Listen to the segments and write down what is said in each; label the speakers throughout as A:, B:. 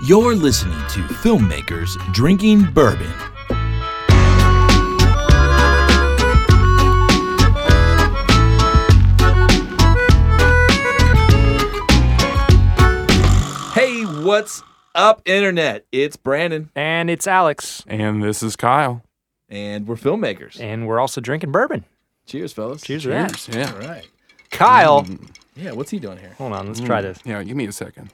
A: You're listening to Filmmakers Drinking Bourbon. Hey, what's up, Internet? It's Brandon,
B: And it's Alex.
C: And this is Kyle.
A: and we're filmmakers.
B: And we're also drinking bourbon.
A: Cheers, fellas.
B: Cheers, to that.
C: Cheers. Yeah.
A: All right.
B: Kyle.
A: Mm. Yeah, what's he doing here?
B: Hold on, let's
A: Mm.
B: try this.
C: Yeah, give me a second.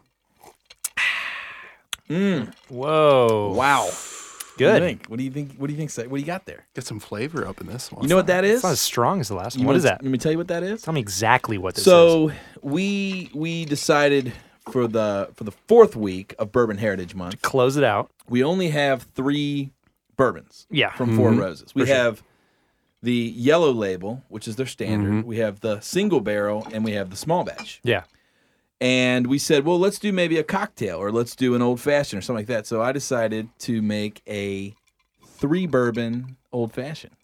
B: Whoa.
A: Wow. What do you
B: Oh, Good.
A: think? What do you think? What do you think? What do you got there?
C: Get some flavor up in this one.
A: You know what that is?
B: It's not as strong as the last
A: You
B: one. What
A: wanna-
B: is that?
A: Let me tell you what that is.
B: Tell me exactly what this is.
A: So we we decided for the for the fourth week of Bourbon Heritage Month,
B: Close it out.
A: we only have three bourbons
B: Yeah.
A: from Four Roses. We have the yellow label, which is their standard. We have the single barrel, and we have the small batch.
B: Yeah.
A: And we said, well, let's do maybe a cocktail, or let's do an old fashioned, or something like that. So I decided to make a three bourbon old fashioned.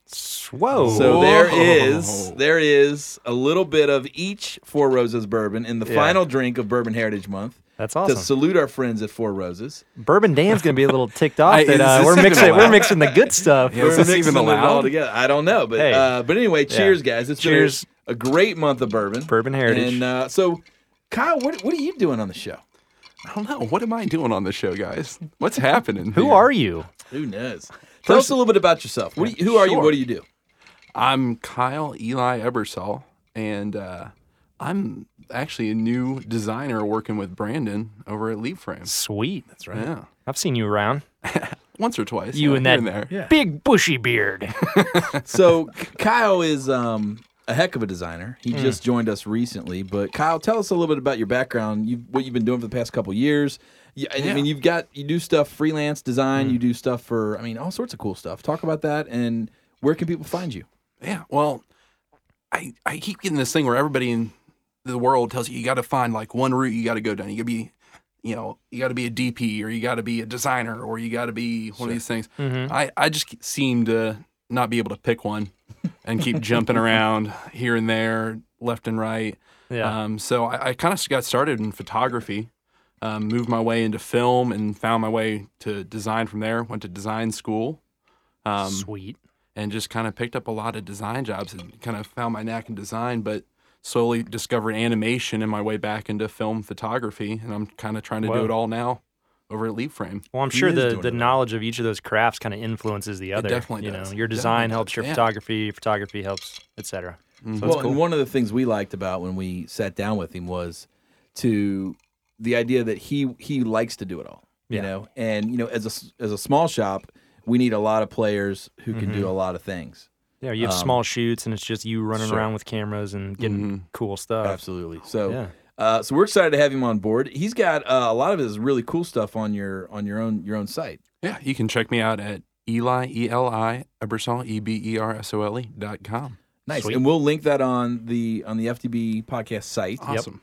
A: So
B: Whoa.
C: Whoa.
A: there is there is a little bit of each Four Roses bourbon in the final drink of Bourbon Heritage Month
B: That's
A: to
B: awesome.
A: salute our friends at Four Roses.
B: Bourbon Dan's gonna be a little ticked off
C: I-
B: that
C: is
B: uh,
C: this
B: we're
C: even
B: mixing
C: allowed?
B: we're mixing the good stuff.
C: Yeah. Is this even
A: mixing it all
C: allowed?
A: together. I don't know, but
B: Hey.
A: uh, but anyway, cheers, guys! It's
B: Cheers.
A: been a, a great month of bourbon.
B: Bourbon Heritage.
A: And uh, so, Kyle, what what are you doing on the show?
C: I don't know. What am I doing on the show, guys? What's happening?
B: Who are you?
A: Who knows? Tell us a little bit about yourself. What do you, who are you?
C: Sure.
A: What do you do?
C: I'm Kyle Eli Ebersol, and uh, I'm actually a new designer working with Brandon over at Leaf Frame.
B: Sweet. That's right.
C: Yeah,
B: I've seen you around.
C: once or twice.
B: You
C: yeah,
B: and
C: here
B: that
C: there.
B: big bushy beard.
A: So K- Kyle is um, a heck of a designer.
B: Hmm.
A: He just joined us recently. But Kyle, tell us a little bit about your background. You what you've been doing for the past couple years. You, I- I mean, you've got you do stuff freelance design.
B: Hmm.
A: You do stuff for I mean all sorts of cool stuff. Talk about that and where can people find you?
C: Yeah. Well, I I keep getting this thing where everybody in the world tells you you got to find like one route you got to go down. You got to be, you know, you got to be a DP or you got to be a designer or you got to be one of these things.
B: Mm-hmm.
C: I I just seem to not be able to pick one and keep jumping around here and there, left and right.
B: Yeah.
C: Um, so I, I kind of got started in photography, um, moved my way into film, and found my way to design from there. Went to design school. Um,
B: Sweet.
C: and just kind of picked up a lot of design jobs and kind of found my knack in design, but slowly discovered animation and my way back into film photography. And I'm kind of trying to
B: Wow.
C: do it all now over at Leap Frame.
B: Well, I'm
A: He
B: sure
A: is
B: the,
A: doing
B: the
A: it all.
B: knowledge of each of those crafts kind of influences the other.
C: definitely
B: you
C: does.
B: know, your
C: Definitely
B: design
C: does,
B: helps your
C: yeah.
B: photography, your photography helps, etc. So
A: well,
B: it's cool.
A: and one of the things we liked about when we sat down with him was to the idea that he he likes to do it all. You
B: Yeah.
A: know, and you know, as a s- as a small shop, we need a lot of players who can
B: Mm-hmm.
A: do a lot of things.
B: yeah, you have
A: um,
B: small shoots and it's just you running around with cameras and getting cool stuff.
A: Mm-hmm. Absolutely. So,
B: Yeah.
A: uh, so we're excited to have him on board. He's got uh, a lot of his really cool stuff on your on your own your own site.
C: Yeah, you can check me out at Eli, E L I, Ebersol, E B E R S O L E dot com.
A: Nice,
B: Sweet.
A: and we'll link that on the on the FTB podcast site.
C: Awesome.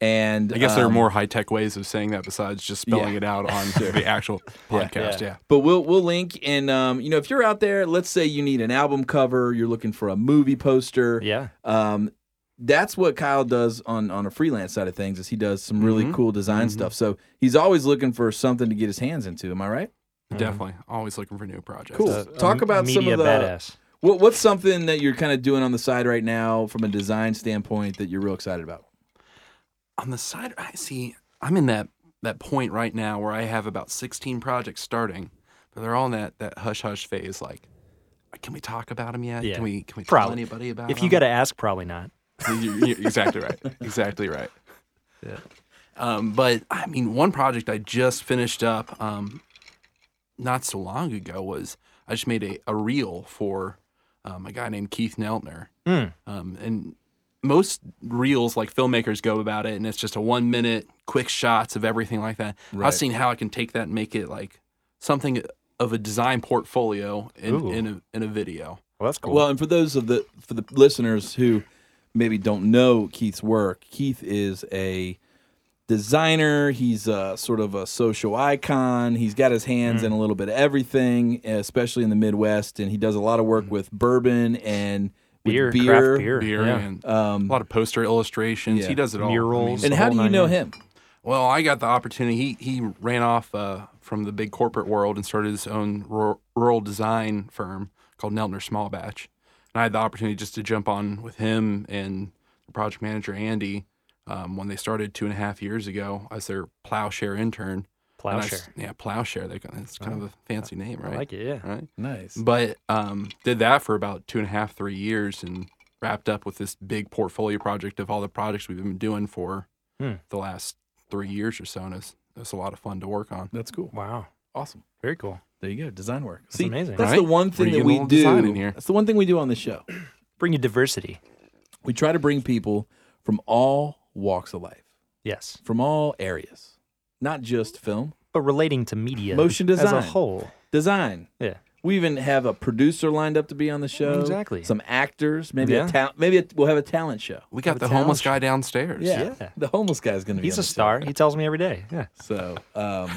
A: And
C: I guess there are
A: um,
C: more high tech ways of saying that besides just spelling
A: Yeah.
C: it out on the actual podcast.
B: Yeah.
C: Yeah.
A: But we'll we'll link and um, you know if you're out there, let's say you need an album cover, you're looking for a movie poster.
B: Yeah.
A: Um, that's what Kyle does on on a freelance side of things is he does some really
C: Mm-hmm.
A: cool design stuff. So he's always looking for something to get his hands into. Am I right?
C: Definitely. Always looking for new projects.
A: Cool.
B: Uh, A- a
A: Talk
B: m-
A: about some
B: media
A: of the-
B: badass.
A: What what's something that you're kind of doing on the side right now from a design standpoint that you're real excited about?
C: on the side i see i'm in that that point right now where i have about 16 projects starting but they're all in that that hush hush phase like can we talk about them yet
B: Yeah.
C: can we can we tell
B: Probably.
C: anybody about
A: um,
B: If you got to ask, probably not.
C: to exactly right exactly right yeah um, but i mean one project i just finished up um, not so long ago was i just made a, a reel for um, a guy named keith neltner
B: Hmm.
C: um, and most reels, like filmmakers, go about it, and it's just a one minute quick shots of everything like that.
A: Right.
C: I've seen how I can take that and make it like something of a design portfolio in,
B: Ooh.
C: in, a, in a video.
B: Well, that's cool.
A: Well, and for those of the for the listeners who maybe don't know Keith's work, Keith is a designer. He's a sort of a social icon. He's got his hands in a little bit of everything, especially in the Midwest, and he does a lot of work with bourbon and with
B: beer,
A: beer.
B: craft beer,
C: Beer
B: yeah.
C: and
A: Um,
C: a lot of poster illustrations.
A: yeah.
C: He does it all.
B: Murals.
A: and
B: The
A: how
B: whole
A: do you
B: nine
A: know
B: yards.
A: him?
C: Well, I got the opportunity. He he ran off uh, from the big corporate world and started his own rur- rural design firm called Neltner Small Batch. And I had the opportunity just to jump on with him and the project manager Andy um, when they started two and a half years ago as their plowshare intern. And I s-
B: Plowshare.
C: yeah, plowshare. They it's kind of a fancy name, right?
B: I like it. Yeah.
C: Right.
A: Nice.
C: But um, did that for about two and a half, three years, and wrapped up with this big portfolio project of all the projects we've been doing for
B: Hmm.
C: the last three years or so, and it's it's a lot of fun to work on.
A: That's cool.
B: Wow.
A: Awesome.
B: Very cool.
A: There you go. Design work. That's
B: amazing.
A: That's
C: Right?
A: the one thing
C: We're
A: that
C: getting a
A: we
C: little design
A: do.
C: in here.
A: That's the one thing we do on the show.
B: Bring you diversity.
A: We try to bring people from all walks of life,
B: Yes.
A: from all areas, not just film,
B: But relating to media
A: Motion
B: as a
A: design.
B: whole.
A: design.
B: Yeah.
A: We even have a producer lined up to be on the show.
B: Exactly.
A: Some actors. Maybe
B: Yeah.
A: a ta- Maybe a, we'll have a talent show.
C: We got
B: Have a
C: the homeless guy
B: talent
C: downstairs.
A: Yeah.
B: Yeah.
A: The homeless guy's going to be.
B: He's
A: on
B: a
A: the show.
B: star. He tells me every day. Yeah.
A: So, um,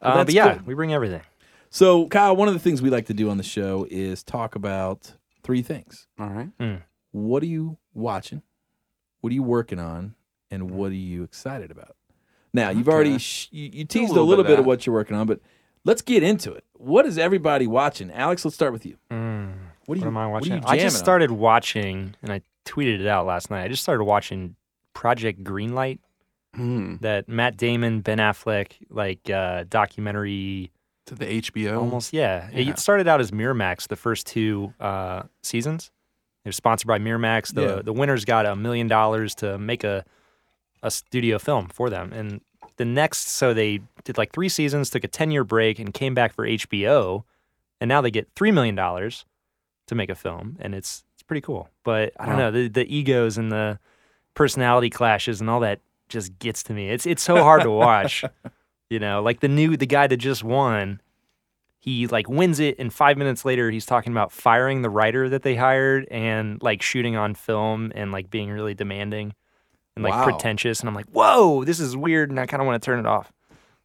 B: Uh,
A: that's
B: but yeah,
A: cool.
B: we bring everything.
A: so Kyle, one of the things we like to do on the show is talk about three things.
C: All right.
A: What are you watching? What are you working on? And
B: Mm-hmm.
A: what are you excited about? Now, you've already
C: Okay.
A: sh- you, you teased a
C: little
A: little,
C: bit of
A: bit, of
C: that.
A: what you're working on, but let's get into it. What is everybody watching? Alex, let's start with you.
B: Mm.
A: What, are you,
B: What am I
A: what are
B: watching?
A: you
B: I just
A: jamming on?
B: started watching, and I tweeted it out last night. I just started watching Project Greenlight,
C: Hmm.
B: that Matt Damon, Ben Affleck, like uh, documentary.
C: To the HBO.
B: Almost, yeah.
C: Yeah.
B: It started out as Miramax the first two uh, seasons. They're sponsored by Miramax. The
A: Yeah.
B: the winners got a million dollars to make a a studio film for them, and the next, so they did like three seasons, took a ten year break, and came back for HBO, and now they get three million dollars to make a film, and it's it's pretty cool. But I don't know
C: Wow.
B: the the egos and the personality clashes and all that just gets to me. It's it's so hard to watch. You know, like the new the guy that just won, he like wins it and 5 minutes later he's talking about firing the writer that they hired and like shooting on film and like being really demanding and like
A: Wow.
B: pretentious and I'm like, "Whoa, this is weird and I kind of want to turn it off."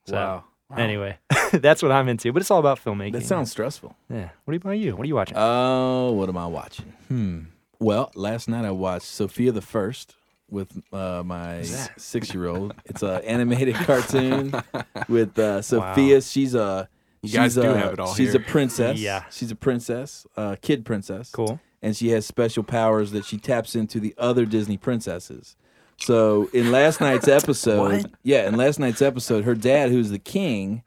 B: So,
A: Wow.
B: Anyway, that's what I'm into, but it's all about filmmaking.
A: That sounds stressful.
B: Yeah. What about you? What are you watching?
A: Oh, what am I watching? Hmm. Well, last night I watched Sophia the First with uh, my six-year-old. It's an animated cartoon with uh, Sophia. She's a
C: You guys
A: she's
C: do
A: a-
C: have it all
A: She's
C: here.
A: a princess.
B: Yeah.
A: she's a princess, uh, kid princess.
B: Cool.
A: And she has special powers that she taps into the other Disney princesses. So in last night's episode, yeah, in last night's episode, her dad, who's the king,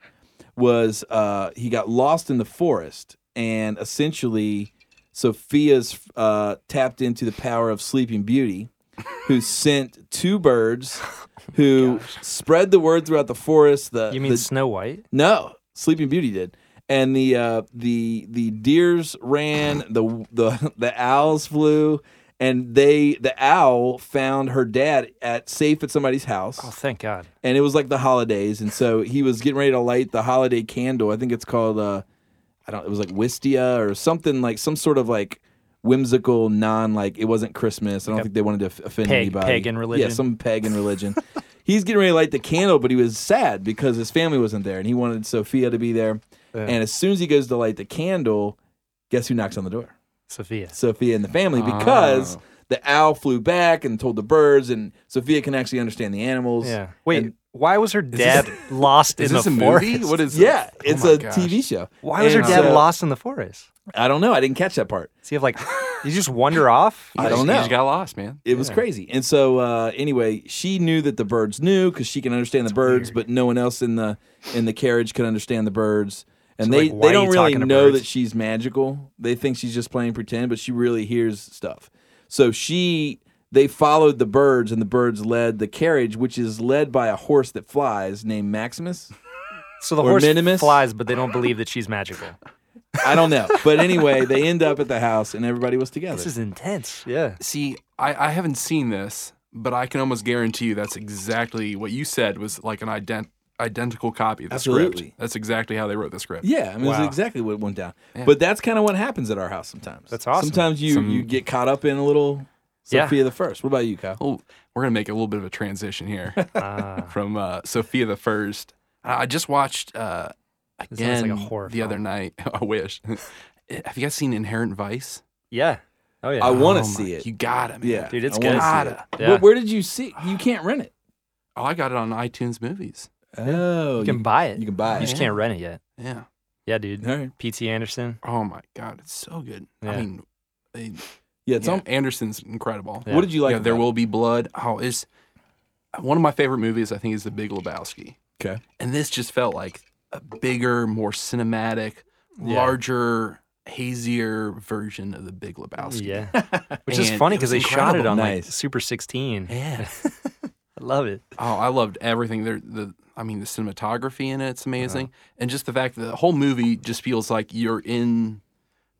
A: was uh, he got lost in the forest, and essentially, Sophia's uh, tapped into the power of Sleeping Beauty, who sent two birds,
B: Oh
A: who spread the word throughout the forest. The
B: You mean
A: uh, the-
B: Snow White?
A: no, Sleeping Beauty did. And the uh, the the deers ran, the the the owls flew, and they the owl found her dad at safe at somebody's house
B: Oh, thank God.
A: and it was like the holidays, and so he was getting ready to light the holiday candle. I think it's called uh, I don't. It was like Wistia or something like some sort of like whimsical non like it wasn't Christmas. I don't think they wanted to f- offend
B: pag-
A: anybody.
B: pagan religion.
A: yeah, some pagan religion. He's getting ready to light the candle, but he was sad because his family wasn't there, and he wanted Sophia to be there. And as soon as he goes to light the candle, guess who knocks on the door?
B: Sophia.
A: Sophia and the family because
C: Oh.
A: the owl flew back and told the birds, and Sophia can actually understand the animals.
B: Yeah. Wait,
A: And-
B: why was her dad lost
C: Is
B: in
C: this
B: the
C: a
B: forest?
C: movie? What is?
A: Yeah,
C: this?
A: it's
C: oh my
A: a
C: gosh.
A: TV show.
B: Why was her
A: And uh,
B: dad
A: so-
B: lost in the forest?
A: I don't know. I didn't catch that part.
B: So you have like, you just wander off?
A: I
C: You
A: don't
C: just- You
A: know.
C: just got lost, man.
A: It was crazy. And so uh, anyway, she knew that the birds knew because she can understand the birds, but no one else in the in the carriage could understand the birds. And
B: So,
A: they,
B: like, why
A: they
B: are
A: don't
B: you
A: really
B: talking to
A: know
B: birds?
A: that she's magical. They think she's just playing pretend, but she really hears stuff. So she they followed the birds, and the birds led the carriage, which is led by a horse that flies named Maximus.
B: So the
A: Or
B: horse
A: Minimus?
B: flies, but they don't believe that she's magical.
A: I don't know, but anyway, they end up at the house, and everybody was together.
B: This is intense. Yeah.
C: See, I, I haven't seen this, but I can almost guarantee you that's exactly what you said was like an ident- identical copy of the
A: Absolutely.
C: script. That's exactly how they wrote the script.
A: Yeah, I mean,
B: Wow.
A: that's exactly what went down. But that's kind of what happens at our house sometimes.
B: That's awesome.
A: Sometimes you
C: Some-
A: you get caught up in a little
B: Yeah.
A: Sophia the First. What about you, Kyle?
C: Well, we're gonna make a little bit of a transition here
B: Ah.
C: from uh, Sophia the First. I I just watched uh,
B: This sounds
C: again
B: like a horror
C: the other
B: film.
C: night. I wish. Have you guys seen Inherent Vice?
B: yeah. Oh, yeah.
A: I want
C: Oh
A: to see
C: my-
A: it.
C: You gotta, man.
A: yeah,
B: Dude, it's
A: I wanna see it.
B: good.
C: Gotta.
B: Yeah.
A: But where did you see? You can't rent it.
C: Oh, I got it on iTunes Movies.
A: Oh,
B: You can buy it.
A: you
B: You
A: can buy it.
B: just can't rent it yet.
C: Yeah.
B: Yeah, dude.
A: All right.
B: P.T. Anderson.
C: Oh my God, it's so good. I
B: Yeah.
C: mean, they-
A: Yeah, it's
C: yeah,
A: on.
C: Anderson's incredible.
B: Yeah.
A: What did you like?
C: yeah, there
A: about
C: will be blood. Oh, it's uh, one of my favorite movies. I think is The Big Lebowski.
A: it? Okay.
C: and this just felt like a bigger, more cinematic,
B: Yeah.
C: larger, hazier version of the Big Lebowski.
B: Yeah. Which is
C: And
B: funny
C: it
B: because they
C: was
B: shot it
C: incredible.
B: on like
A: Nice.
B: Super 16.
C: Yeah.
B: I love it.
C: Oh, I loved everything. There, the I mean, the cinematography in it's amazing,
B: Uh-huh.
C: and just the fact that the whole movie just feels like you're in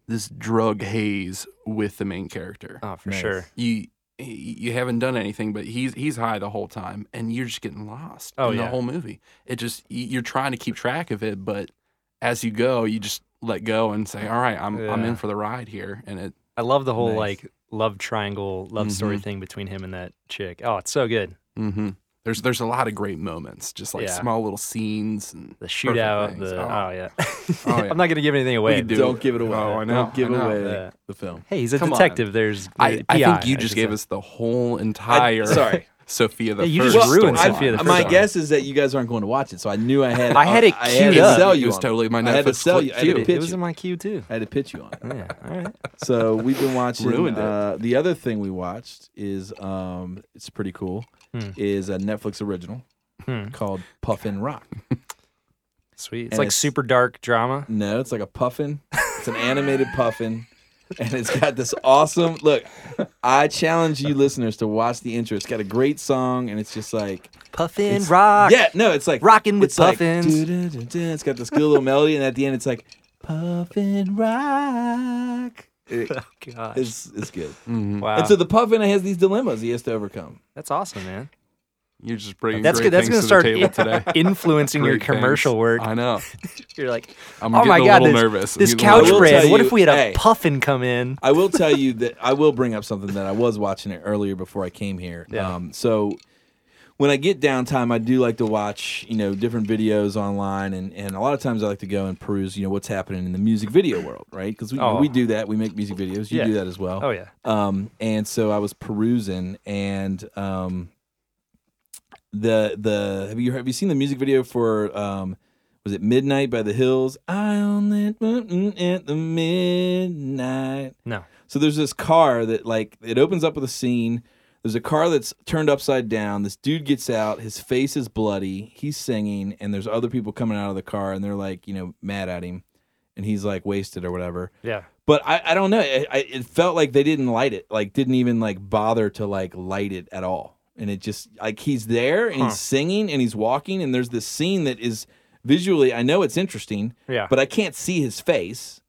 C: this drug haze with the main character.
B: Oh, for
A: Nice.
B: sure.
C: You you haven't done anything, but he's he's high the whole time, and you're just getting lost
B: Oh,
C: in
B: yeah.
C: the whole movie. It just you- you're trying to keep track of it, but as you go, you just let go and say, "All right, I'm I'm
B: Yeah.
C: in for the ride here," and it
B: I love the whole
A: Nice.
B: like love triangle, love story thing between him and that chick. Oh, it's so good.
C: Mm-hmm. There's there's a lot of great moments, just like
B: Yeah.
C: small little scenes and
B: The
C: perfect
B: shootout.
C: things.
B: The,
C: Oh,
B: oh. yeah.
C: Oh, yeah.
B: I'm not going to give anything
C: we
B: away.
C: could
B: but-
C: do
A: Don't give it away.
C: Oh, I know,
A: Don't give
C: I know.
A: away
B: Yeah.
A: the film.
B: Hey, he's a
C: Come on.
B: detective. There's.
C: I,
B: the
C: I think
B: PI,
C: you
B: I
C: just
B: should
C: gave
B: say.
C: us the whole
A: I-
C: entire
A: sorry.
C: Sophia the
B: Yeah, you
C: first.
B: just ruined
C: storyline.
B: Sophia the
A: My
B: First.
A: guess is that you guys aren't going to watch it, so I knew I had.
B: I had it
A: had
B: queued
A: to
B: up.
A: sell you
C: It was
A: on
C: totally my
A: I had to
C: Netflix
A: sell you. I had to
C: clip, too.
B: It,
A: pitch
B: was
A: you.
B: in my queue too.
A: I had to pitch you on it.
B: Yeah. All right.
A: So we've been watching.
C: Ruined it.
A: Uh, the other thing we watched is um, it's pretty cool.
B: Hmm.
A: Is a Netflix original
B: Hmm.
A: called Puffin Rock.
B: Sweet. It's
A: And
B: like
A: it's-
B: super dark drama.
A: No, it's like a puffin. It's an animated puffin, and it's got this awesome look. I challenge you listeners to watch the intro. It's got a great song, and it's just like
B: Puffin
A: It's-
B: rock.
A: yeah, no, it's like
B: Rockin' with
A: it's like,
B: puffins.
A: "Doo-doo-doo-doo." it's got this good little melody, and at the end, it's like puffin rock. It-
B: Oh god.
A: it's it's good.
C: Mhm.
B: wow.
A: And so the puffin has these dilemmas he has to overcome.
B: that's awesome, man.
C: You're just bringing
B: That's
C: great
B: good. That's
C: going
B: gonna
C: to
B: start
C: the table today.
B: influencing your
C: Great things.
B: commercial work.
C: I know.
B: You're like,
C: I'm
B: oh
C: getting
B: my
C: a
B: god,
C: little
B: this,
C: nervous. I'm
B: this
C: getting a
B: couch
A: little- I will
B: bread.
A: tell
B: What if
A: you-
B: we had a
A: hey.
B: puffin come in?
A: I will tell you that I will bring up something that I was watching it earlier before I came here.
B: Yeah.
A: Um, so when I get downtime, I do like to watch you know different videos online, and and a lot of times I like to go and peruse you know what's happening in the music video world, right? Because we, you know,
B: Oh.
A: we do that. We make music videos. You
B: Yeah.
A: do that as well.
B: Oh yeah.
A: Um, and so I was perusing, and um, the the have you have you seen the music video for um, was it Midnight by the Hills? I on that mountain at the midnight.
B: No.
A: So there's this car that like it opens up with a scene. There's a car that's turned upside down. This dude gets out. His face is bloody. He's singing, and there's other people coming out of the car, and they're like, you know, mad at him, and he's like wasted or whatever
B: Yeah.
A: but I, I don't know. I, I, it felt like they didn't light it, like didn't even like bother to like light it at all. And it just like he's there and
B: Huh.
A: he's singing and he's walking and there's this scene that is visually I know it's interesting,
B: Yeah.
A: but I can't see his face.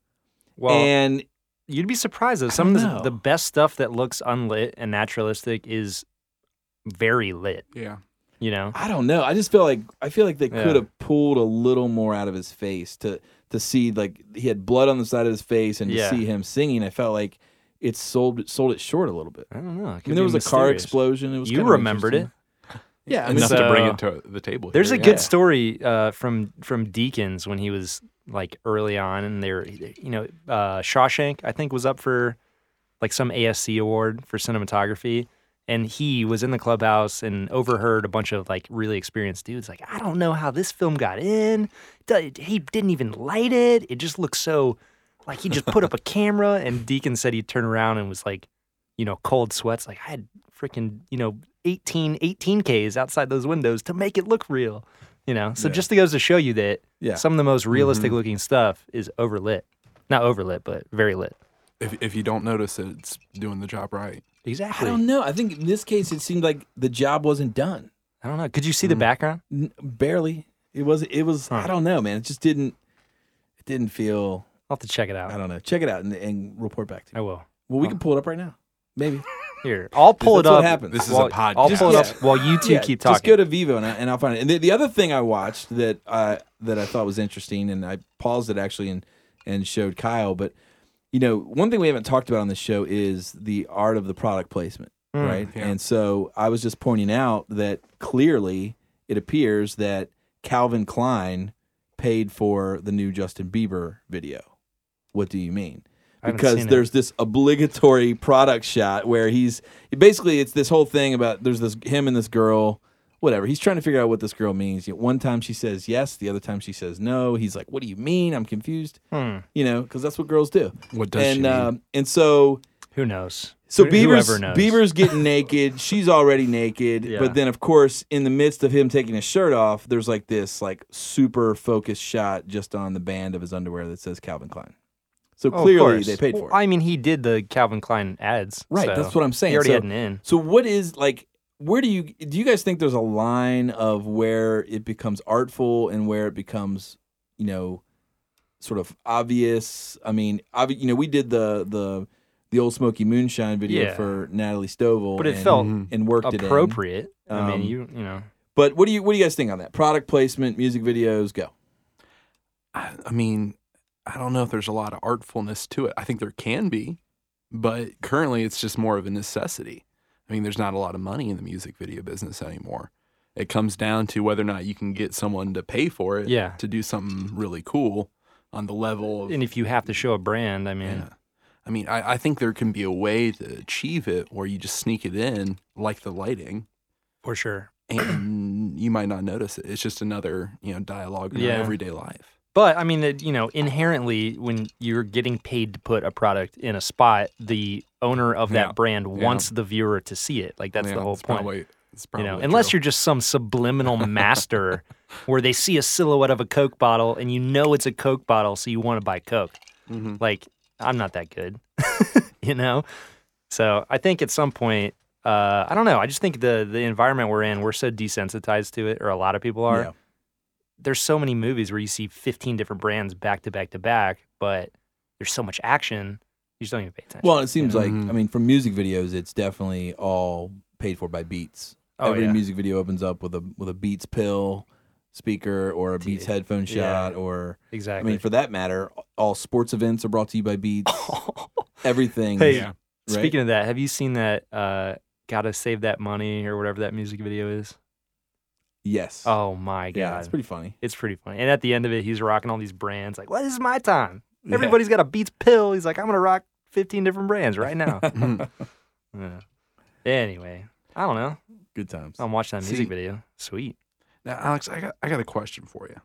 B: well,
A: and
B: you'd be surprised though.
A: I
B: Some of
A: don't
B: the, the
A: know.
B: best stuff that looks unlit and naturalistic is very lit.
C: Yeah.
B: You know.
A: I don't know. I just feel like I feel like they
B: Yeah.
A: could have pulled a little more out of his face to to see like he had blood on the side of his face and
B: Yeah.
A: to see him singing. I felt like it sold sold it short a little bit.
B: I don't know. It
A: I
B: could
A: mean, there
B: be
A: was a car
B: mysterious.
A: explosion. It was
B: You
A: kind of
B: remembered it.
A: interesting. Yeah, I mean,
C: Enough to bring
B: so-
C: it to the table.
B: There's
C: here,
B: a
C: yeah.
B: good story uh, from from Deacons when he was like early on, and they were, you know, uh, Shawshank I think was up for like some ASC award for cinematography, and he was in the clubhouse and overheard a bunch of like really experienced dudes like, I don't know how this film got in. D- He didn't even light it. It just looks so like he just put up a camera, and Deacon said he turned around and was like, you know, cold sweats. Like I had freaking, you know, 18, 18 Ks outside those windows to make it look real, you know? So
A: Yeah.
B: just to goes to show you that
A: Yeah. Mm-hmm.
B: some of the most realistic looking stuff is overlit. Not overlit, but very lit.
C: If, if you don't notice it, it's doing the job right.
B: Exactly.
A: I don't know. I think in this case, it seemed like the job wasn't done.
B: know. Could you see
A: Mm.
B: the background?
A: N- barely. It was. It was. I don't know, man. It just didn't. It didn't feel.
B: I'll have to check it
A: I
B: out.
A: don't know. Check it out and, and report back to
B: I
A: me.
B: will.
A: Well, we can pull it up right now. Maybe.
B: Here, I'll pull
A: That's
B: it
A: what
B: up.
A: happens. This
C: is a
B: while- I'll pull it
A: podcast.
B: up while you two
A: Yeah,
B: keep
A: Just go
B: talking.
A: to Vivo and, I, and I'll find it. And the, the other thing I watched that uh, that I thought was interesting, and I paused it actually and and showed Kyle, but you know, one thing we haven't talked about on this show is the art of the product placement,
B: Mm,
A: right?
C: yeah.
A: And so I was just pointing out that clearly it appears that Calvin Klein paid for the new Justin Bieber video. What do you mean?
B: I haven't
A: because
B: seen it.
A: there's this obligatory product shot where he's basically it's this whole thing about there's this him and this girl whatever. He's trying to figure out what this girl means. You know, one time she says yes, the other time she says no. He's like, "What do you mean? I'm confused."
B: Hmm.
A: You know, because that's what girls do.
C: What does she
A: And
C: mean?
A: um, and so
B: Who knows?
A: so
B: Who-
A: Beaver's
B: whoever knows.
A: Beaver's getting naked. She's already naked.
B: Yeah.
A: But then, of course, in the midst of him taking his shirt off, there's like this like super focused shot just on the band of his underwear that says Calvin Klein. So
B: Oh, of
A: clearly,
B: course.
A: they paid for
B: Well,
A: it.
B: I mean, he did the Calvin Klein ads.
A: right.
B: so
A: That's what I'm saying.
B: He already
A: so,
B: had an in.
A: so what is like? Where do you do? You guys think there's a line of where it becomes artful and where it becomes, you know, sort of obvious? I mean, obvi- you know, we did the the the old Smoky Moonshine video
B: Yeah.
A: for Natalie Stovall,
B: But it
A: and-
B: felt
C: Mhm.
A: and worked it in.
B: appropriate. I
A: Um,
B: mean, you you know,
A: But what do you what do you guys think on that? Product placement, music videos, go.
C: I, I mean, I don't know if there's a lot of artfulness to it. I think there can be, but currently it's just more of a necessity. I mean, there's not a lot of money in the music video business anymore. It comes down to whether or not you can get someone to pay for it
B: Yeah.
C: to do something really cool on the level of
B: and if you have to show a brand, I mean,
C: yeah. I mean, I, I think there can be a way to achieve it where you just sneak it in, like the lighting,
B: for sure.
C: and you might not notice it. It's just another, you know, dialogue in our
B: Yeah.
C: everyday life.
B: But I mean, it, you know, inherently, when you're getting paid to put a product in a spot, the owner of that
C: Yeah.
B: brand
C: Yeah.
B: wants the viewer to see it. Like that's
C: Yeah,
B: the whole
C: it's
B: point.
C: Probably, it's
B: you
C: probably
B: know, unless
C: true.
B: you're just some subliminal master where they see a silhouette of a Coke bottle and you know it's a Coke bottle, so you want to buy Coke.
C: Mhm.
B: Like, I'm not that good, you know? So I think at some point, uh, I don't know. I just think the the environment we're in, we're so desensitized to it, or a lot of people are.
A: Yeah.
B: There's so many movies where you see 15 different brands back to back to back, but there's so much action, you just don't even pay attention.
A: Well, it seems
C: Yeah.
A: like
C: Mhm.
A: I mean, from music videos, it's definitely all paid for by Beats.
B: oh,
A: Every
B: yeah.
A: music video opens up with a with a Beats pill speaker or a
B: Dude.
A: Beats headphone
B: Yeah.
A: shot, or I
B: exactly.
A: mean, for that matter, all sports events are brought to you by Beats. Everything.
B: Hey,
A: right?
B: Speaking of that, have you seen that uh Gotta Save That Money or whatever that music video is?
A: yes.
B: Oh my god.
A: yeah, it's
B: it's,
A: pretty funny.
B: pretty funny. And at the end of it, he's rocking all these brands, like, Well, this is my time.
A: Yeah.
B: Everybody's got a beats pill. He's like, I'm gonna rock fifteen different brands right now.
C: Mhm.
B: Yeah. Anyway, I don't know.
A: Good times.
B: I'm watching that music
C: See-
B: video. Sweet.
C: Now, Alex, I got I got a question for you.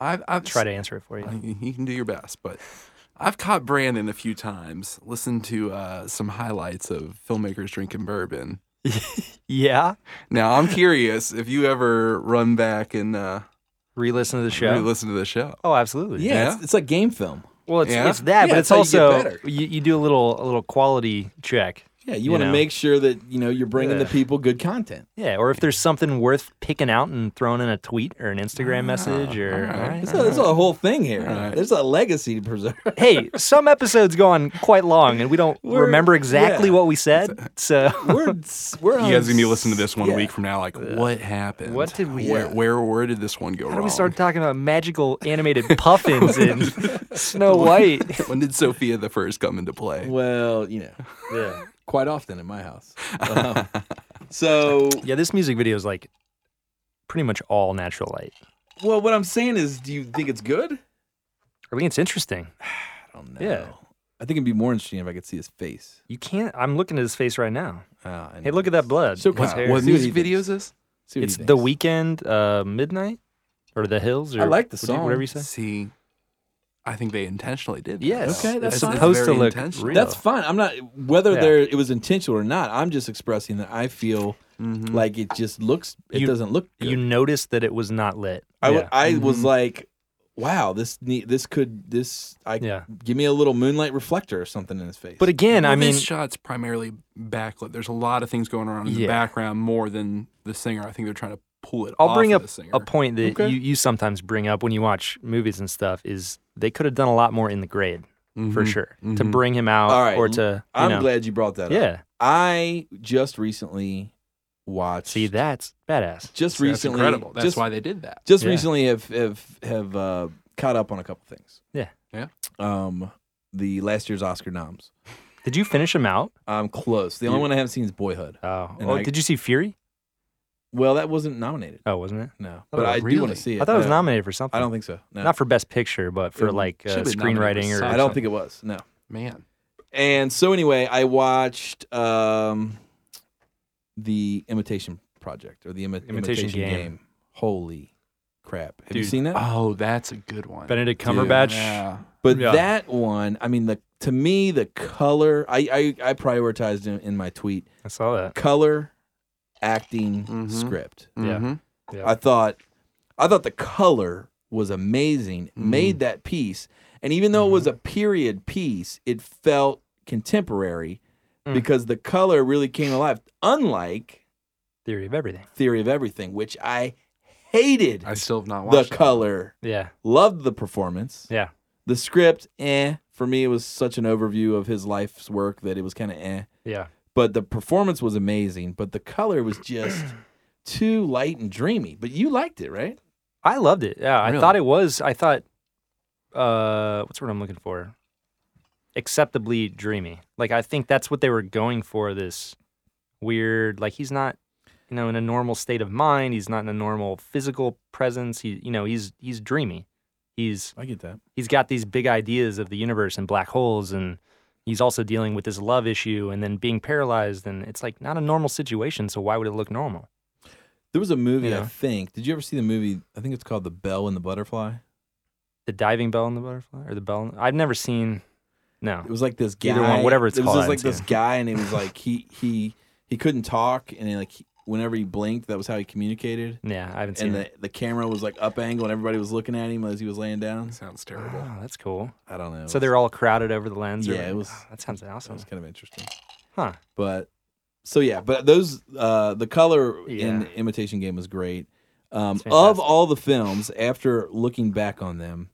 C: I've I've
B: Try to answer it for you.
C: I- You can do your best, but I've caught Brandon a few times. Listened to uh, some highlights of filmmakers drinking bourbon.
B: Yeah.
C: Now I'm curious if you ever run back and uh,
B: Re-listen to the show.
C: re-listen to the show.
B: oh, absolutely.
A: yeah, It's, it's like game film.
B: Well, it's
C: Yeah?
B: it's that,
A: Yeah,
B: but
A: it's
B: it's
A: how you get
B: also
A: better.
B: you, you do a little a little quality check.
A: Yeah, you,
B: You
A: want to
B: know.
A: make sure that you know you're bringing
B: Yeah.
A: the people good content.
B: Yeah, or if there's something worth picking out and throwing in a tweet or an Instagram message or
C: all right.
A: There's a, there's
B: Uh-huh.
A: a whole thing here.
C: Alright.
A: There's a legacy to preserve.
B: hey, some episodes go on quite long and we don't
A: We're-
B: remember exactly
A: yeah.
B: what we said. So
A: we're we're
C: You
A: on
C: guys are gonna be
A: s-
C: listening to this one
A: yeah.
C: week from now. Like, what happened?
B: What did we-
C: Where
A: Yeah.
C: where, where did this one go
B: how
C: wrong?
B: do we start talking about magical animated puffins and Snow White?
C: when did Sophia the First come into play?
A: Well, you know,
B: Yeah.
A: quite often in my house. Um, so,
B: Yeah, this music video is like pretty much all natural light.
A: well, what I'm saying is, do you think it's good?
B: I mean, it's interesting.
A: I don't know.
B: Yeah.
A: I think it'd be more interesting if I could see his face.
B: You can't. I'm looking at his face right now.
A: Ah, I
B: Hey,
A: know.
B: look at that blood.
A: So
B: His
A: kind.
B: hair.
A: Well,
C: What
A: See what he
C: music video
A: thinks.
C: is this?
A: See what he
B: It's
A: thinks.
B: the weekend, uh, midnight, or the hills, or
A: I like the
B: what do you-
A: song.
B: Whatever you say.
C: See, I think they intentionally did. that.
B: Yes.
A: Okay, that's
B: it's
A: fine.
B: supposed to
C: Very
B: look
C: intentional.
B: real.
A: That's fine. I'm not whether
B: Yeah.
A: there it was intentional or not. I'm just expressing that I feel
C: Mhm.
A: like it just looks. It
B: Mm-hmm. You-
A: doesn't look. Good.
B: you noticed that it was not lit.
A: I, w-
B: yeah. Mm-hmm.
A: I was
C: Mhm.
A: like, wow, this ne- this could this I
B: Yeah.
A: give me a little moonlight reflector or something in his face.
B: But again, I
C: Well,
B: mean,
C: this shot's primarily backlit. There's a lot of things going on in the
B: Yeah.
C: background more than the singer. I think they're trying to pull it.
B: I'll
C: off
B: bring
C: of
B: up
C: the singer.
B: a point that
A: Okay.
B: you, you sometimes bring up when you watch movies and stuff is they could have done a lot more in the grade for
C: Mhm.
B: sure to
C: Mhm.
B: bring him out
A: All right,
B: or
A: l-
B: to you
A: I'm
B: know,
A: glad you brought that up.
B: yeah
A: I just recently watched.
B: see that's badass
A: just
C: So
A: recently.
C: That's incredible. That's
A: just,
C: why they did that.
A: Just
B: Yeah.
A: recently have have have uh, caught up on a couple things.
B: Yeah.
C: Yeah.
A: Um, the last year's Oscar noms.
B: did you finish him out
A: I'm close. The only
C: You-
A: one I haven't seen is Boyhood.
B: oh,
A: And
B: oh
A: I-
B: did you see Fury
A: Well, that wasn't nominated.
B: oh wasn't it
A: No,
C: Oh,
A: but I do want
C: really?
A: to see it.
B: I thought it was
A: No.
B: nominated for something
A: uh, I don't think so. No,
B: not for best picture but for
C: It
B: like uh,
C: should've been nominated
B: screenwriting
C: for
B: or
A: I
C: something.
A: don't think it was. No.
C: Man,
A: And so anyway, I watched um, the Imitation Project or the Imi-
B: Imitation
A: imitation,
B: Game.
A: game. Holy crap! Have you
B: Dude,
A: seen that?
C: Oh, that's a good one.
B: Benedict Cumberbatch.
C: Yeah.
A: But
B: Yeah.
A: that one, I mean, the to me the color. I I, I prioritized in, in my tweet
B: I saw that.
A: color, acting,
C: Mhm.
A: script.
B: Yeah.
C: Mhm.
B: Yeah.
A: I thought, I thought the color was amazing.
C: Mm-hmm.
A: Made that piece, and even though it was a period piece, it felt contemporary
B: Mm.
A: because the color really came alive. Unlike
B: Theory of everything.
A: Theory of Everything, which I hated
C: I still have not
A: the
C: watched. that.
A: color.
B: Yeah.
A: Loved the performance.
B: Yeah.
A: The script, eh. For me, it was such an overview of his life's work that it was kind of eh.
B: Yeah.
A: But the performance was amazing. But the color was just too light and dreamy. But you liked it, right?
B: I loved it. Yeah. I
C: Really?
B: thought it was. I thought. Uh, what's the word I'm looking for? Acceptably dreamy. Like I think that's what they were going for. This weird. Like he's not, you know, in a normal state of mind. He's not in a normal physical presence. He, you know, he's he's dreamy. He's
A: I get that.
B: he's got these big ideas of the universe and black holes and he's also dealing with this love issue and then being paralyzed and it's like not a normal situation so why would it look normal
A: There was a movie,
B: Yeah.
A: I think. Did you ever see the movie? I think it's called The Bell and the Butterfly.
B: the diving bell and the butterfly or the bell and- i've never seen no
A: It was like this guy,
B: Either one, whatever it's
A: it was just
B: called,
A: like this
B: yeah.
A: guy, and it was like he he he couldn't talk, and he, like he- whenever he blinked, that was how he communicated.
B: yeah i haven't seen
A: And
B: it
A: the, the camera was like up angle, and everybody was looking at him as he was laying down.
C: Sounds terrible.
B: oh that's cool
A: I don't know.
B: so they're all crowded over the lens or
A: Yeah, it was-
B: Ah, that sounds
A: So
B: awesome
A: it's kind of interesting.
B: huh
A: But so yeah, but those uh the color in
B: Yeah.
A: Imitation Game was great. Um
B: It's
A: of
B: fantastic.
A: all the films, after looking back on them,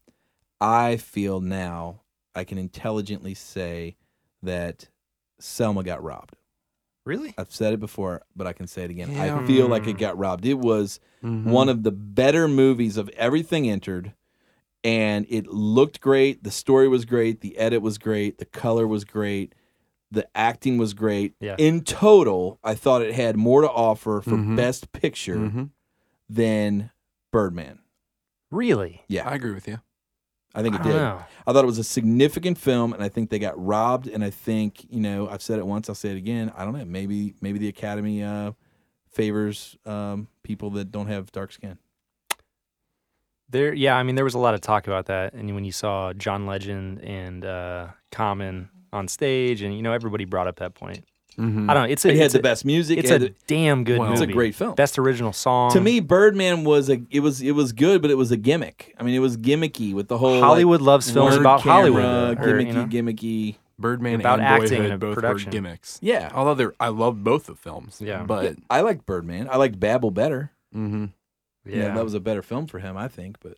A: I feel now I can intelligently say that Selma got robbed.
B: really
A: I've said it before, but I can say it again.
C: Yeah.
A: I feel like it got robbed. It was
B: Mm-hmm.
A: one of the better movies of everything entered and it looked great the story was great the edit was great the color was great the acting was great
B: Yeah. Mm-hmm.
A: in total i thought it had more to offer for
C: Mhm.
A: best picture
C: Mhm.
A: than birdman
B: really
A: yeah
C: I agree with you.
A: i think
B: I
A: it
B: don't
A: did
B: know.
A: i thought it was a significant film and i think they got robbed and i think you know i've said it once i'll say it again i don't know maybe maybe the academy uh favors um people that don't have dark skin
B: There, yeah, I mean, there was a lot of talk about that, and when you saw John Legend and uh, Common on stage, and you know, everybody brought up that point. I don't. know. It's a.
A: it Mm. had
B: it's
A: the
B: a-
A: best music it
B: It's a
A: had the-
B: damn good
C: Well,
B: movie.
A: It's a great film.
B: Best original song.
A: to me, Birdman was a it was it was good, but it was a gimmick. I mean, it was gimmicky with the whole
B: Hollywood loves
A: like,
B: films
A: word
B: about
A: camera,
B: Hollywood. or,
A: gimmicky,
B: you know,
A: gimmicky.
C: Birdman
B: About
C: and
B: acting
C: Boyhood
B: and
C: both
B: production.
C: were gimmicks.
A: Yeah,
C: Although they're, I love both the films.
B: Yeah. Mm-hmm.
C: But
A: I liked Birdman. I liked Babel better.
C: hmm
A: Yeah, that was a better film for him, I think. But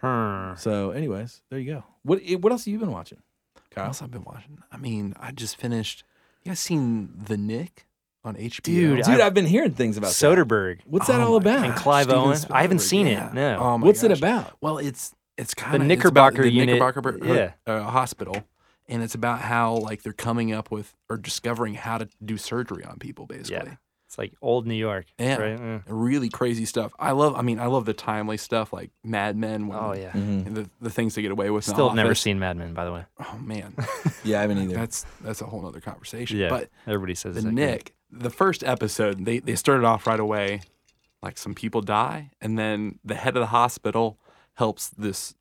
B: Hmm.
A: so, anyways, there you go. What eh, what else have you been watching,
C: what
A: Kyle?
C: else I've been watching? I mean, I just finished. You guys seen The Nick on HBO?
B: Dude,
A: Dude, I've been hearing things about that.
B: Soderbergh
A: What's that
C: Oh
A: all
C: my
A: about?
B: and Clive
C: Steven
B: Owen. I haven't
C: Spielberg,
B: seen
C: yeah.
B: it. No.
C: Oh my
A: What's it
C: gosh.
A: about?
C: Well, it's it's kind of
B: Knickerbocker
C: the
B: unit,
C: Knickerbocker
B: yeah.
C: uh, hospital, and it's about how like they're coming up with or discovering how to do surgery on people, basically.
B: it's like old New York.
C: Yeah.
B: Right? Mm. Yeah.
C: Really crazy stuff. I love. I mean, I love the timely stuff like Mad Men. When
B: Oh yeah.
A: Mhm.
C: The, the things they get away with. in the
B: Still never
C: office.
B: seen Mad Men, by the way.
C: Oh man,
A: Yeah, I haven't either.
C: that's that's a whole nother conversation.
B: Yeah.
C: But
B: Everybody says
C: the
B: it's like,
C: Nick, the first episode, they, they started off right away, like some people die, and then the head of the hospital helps this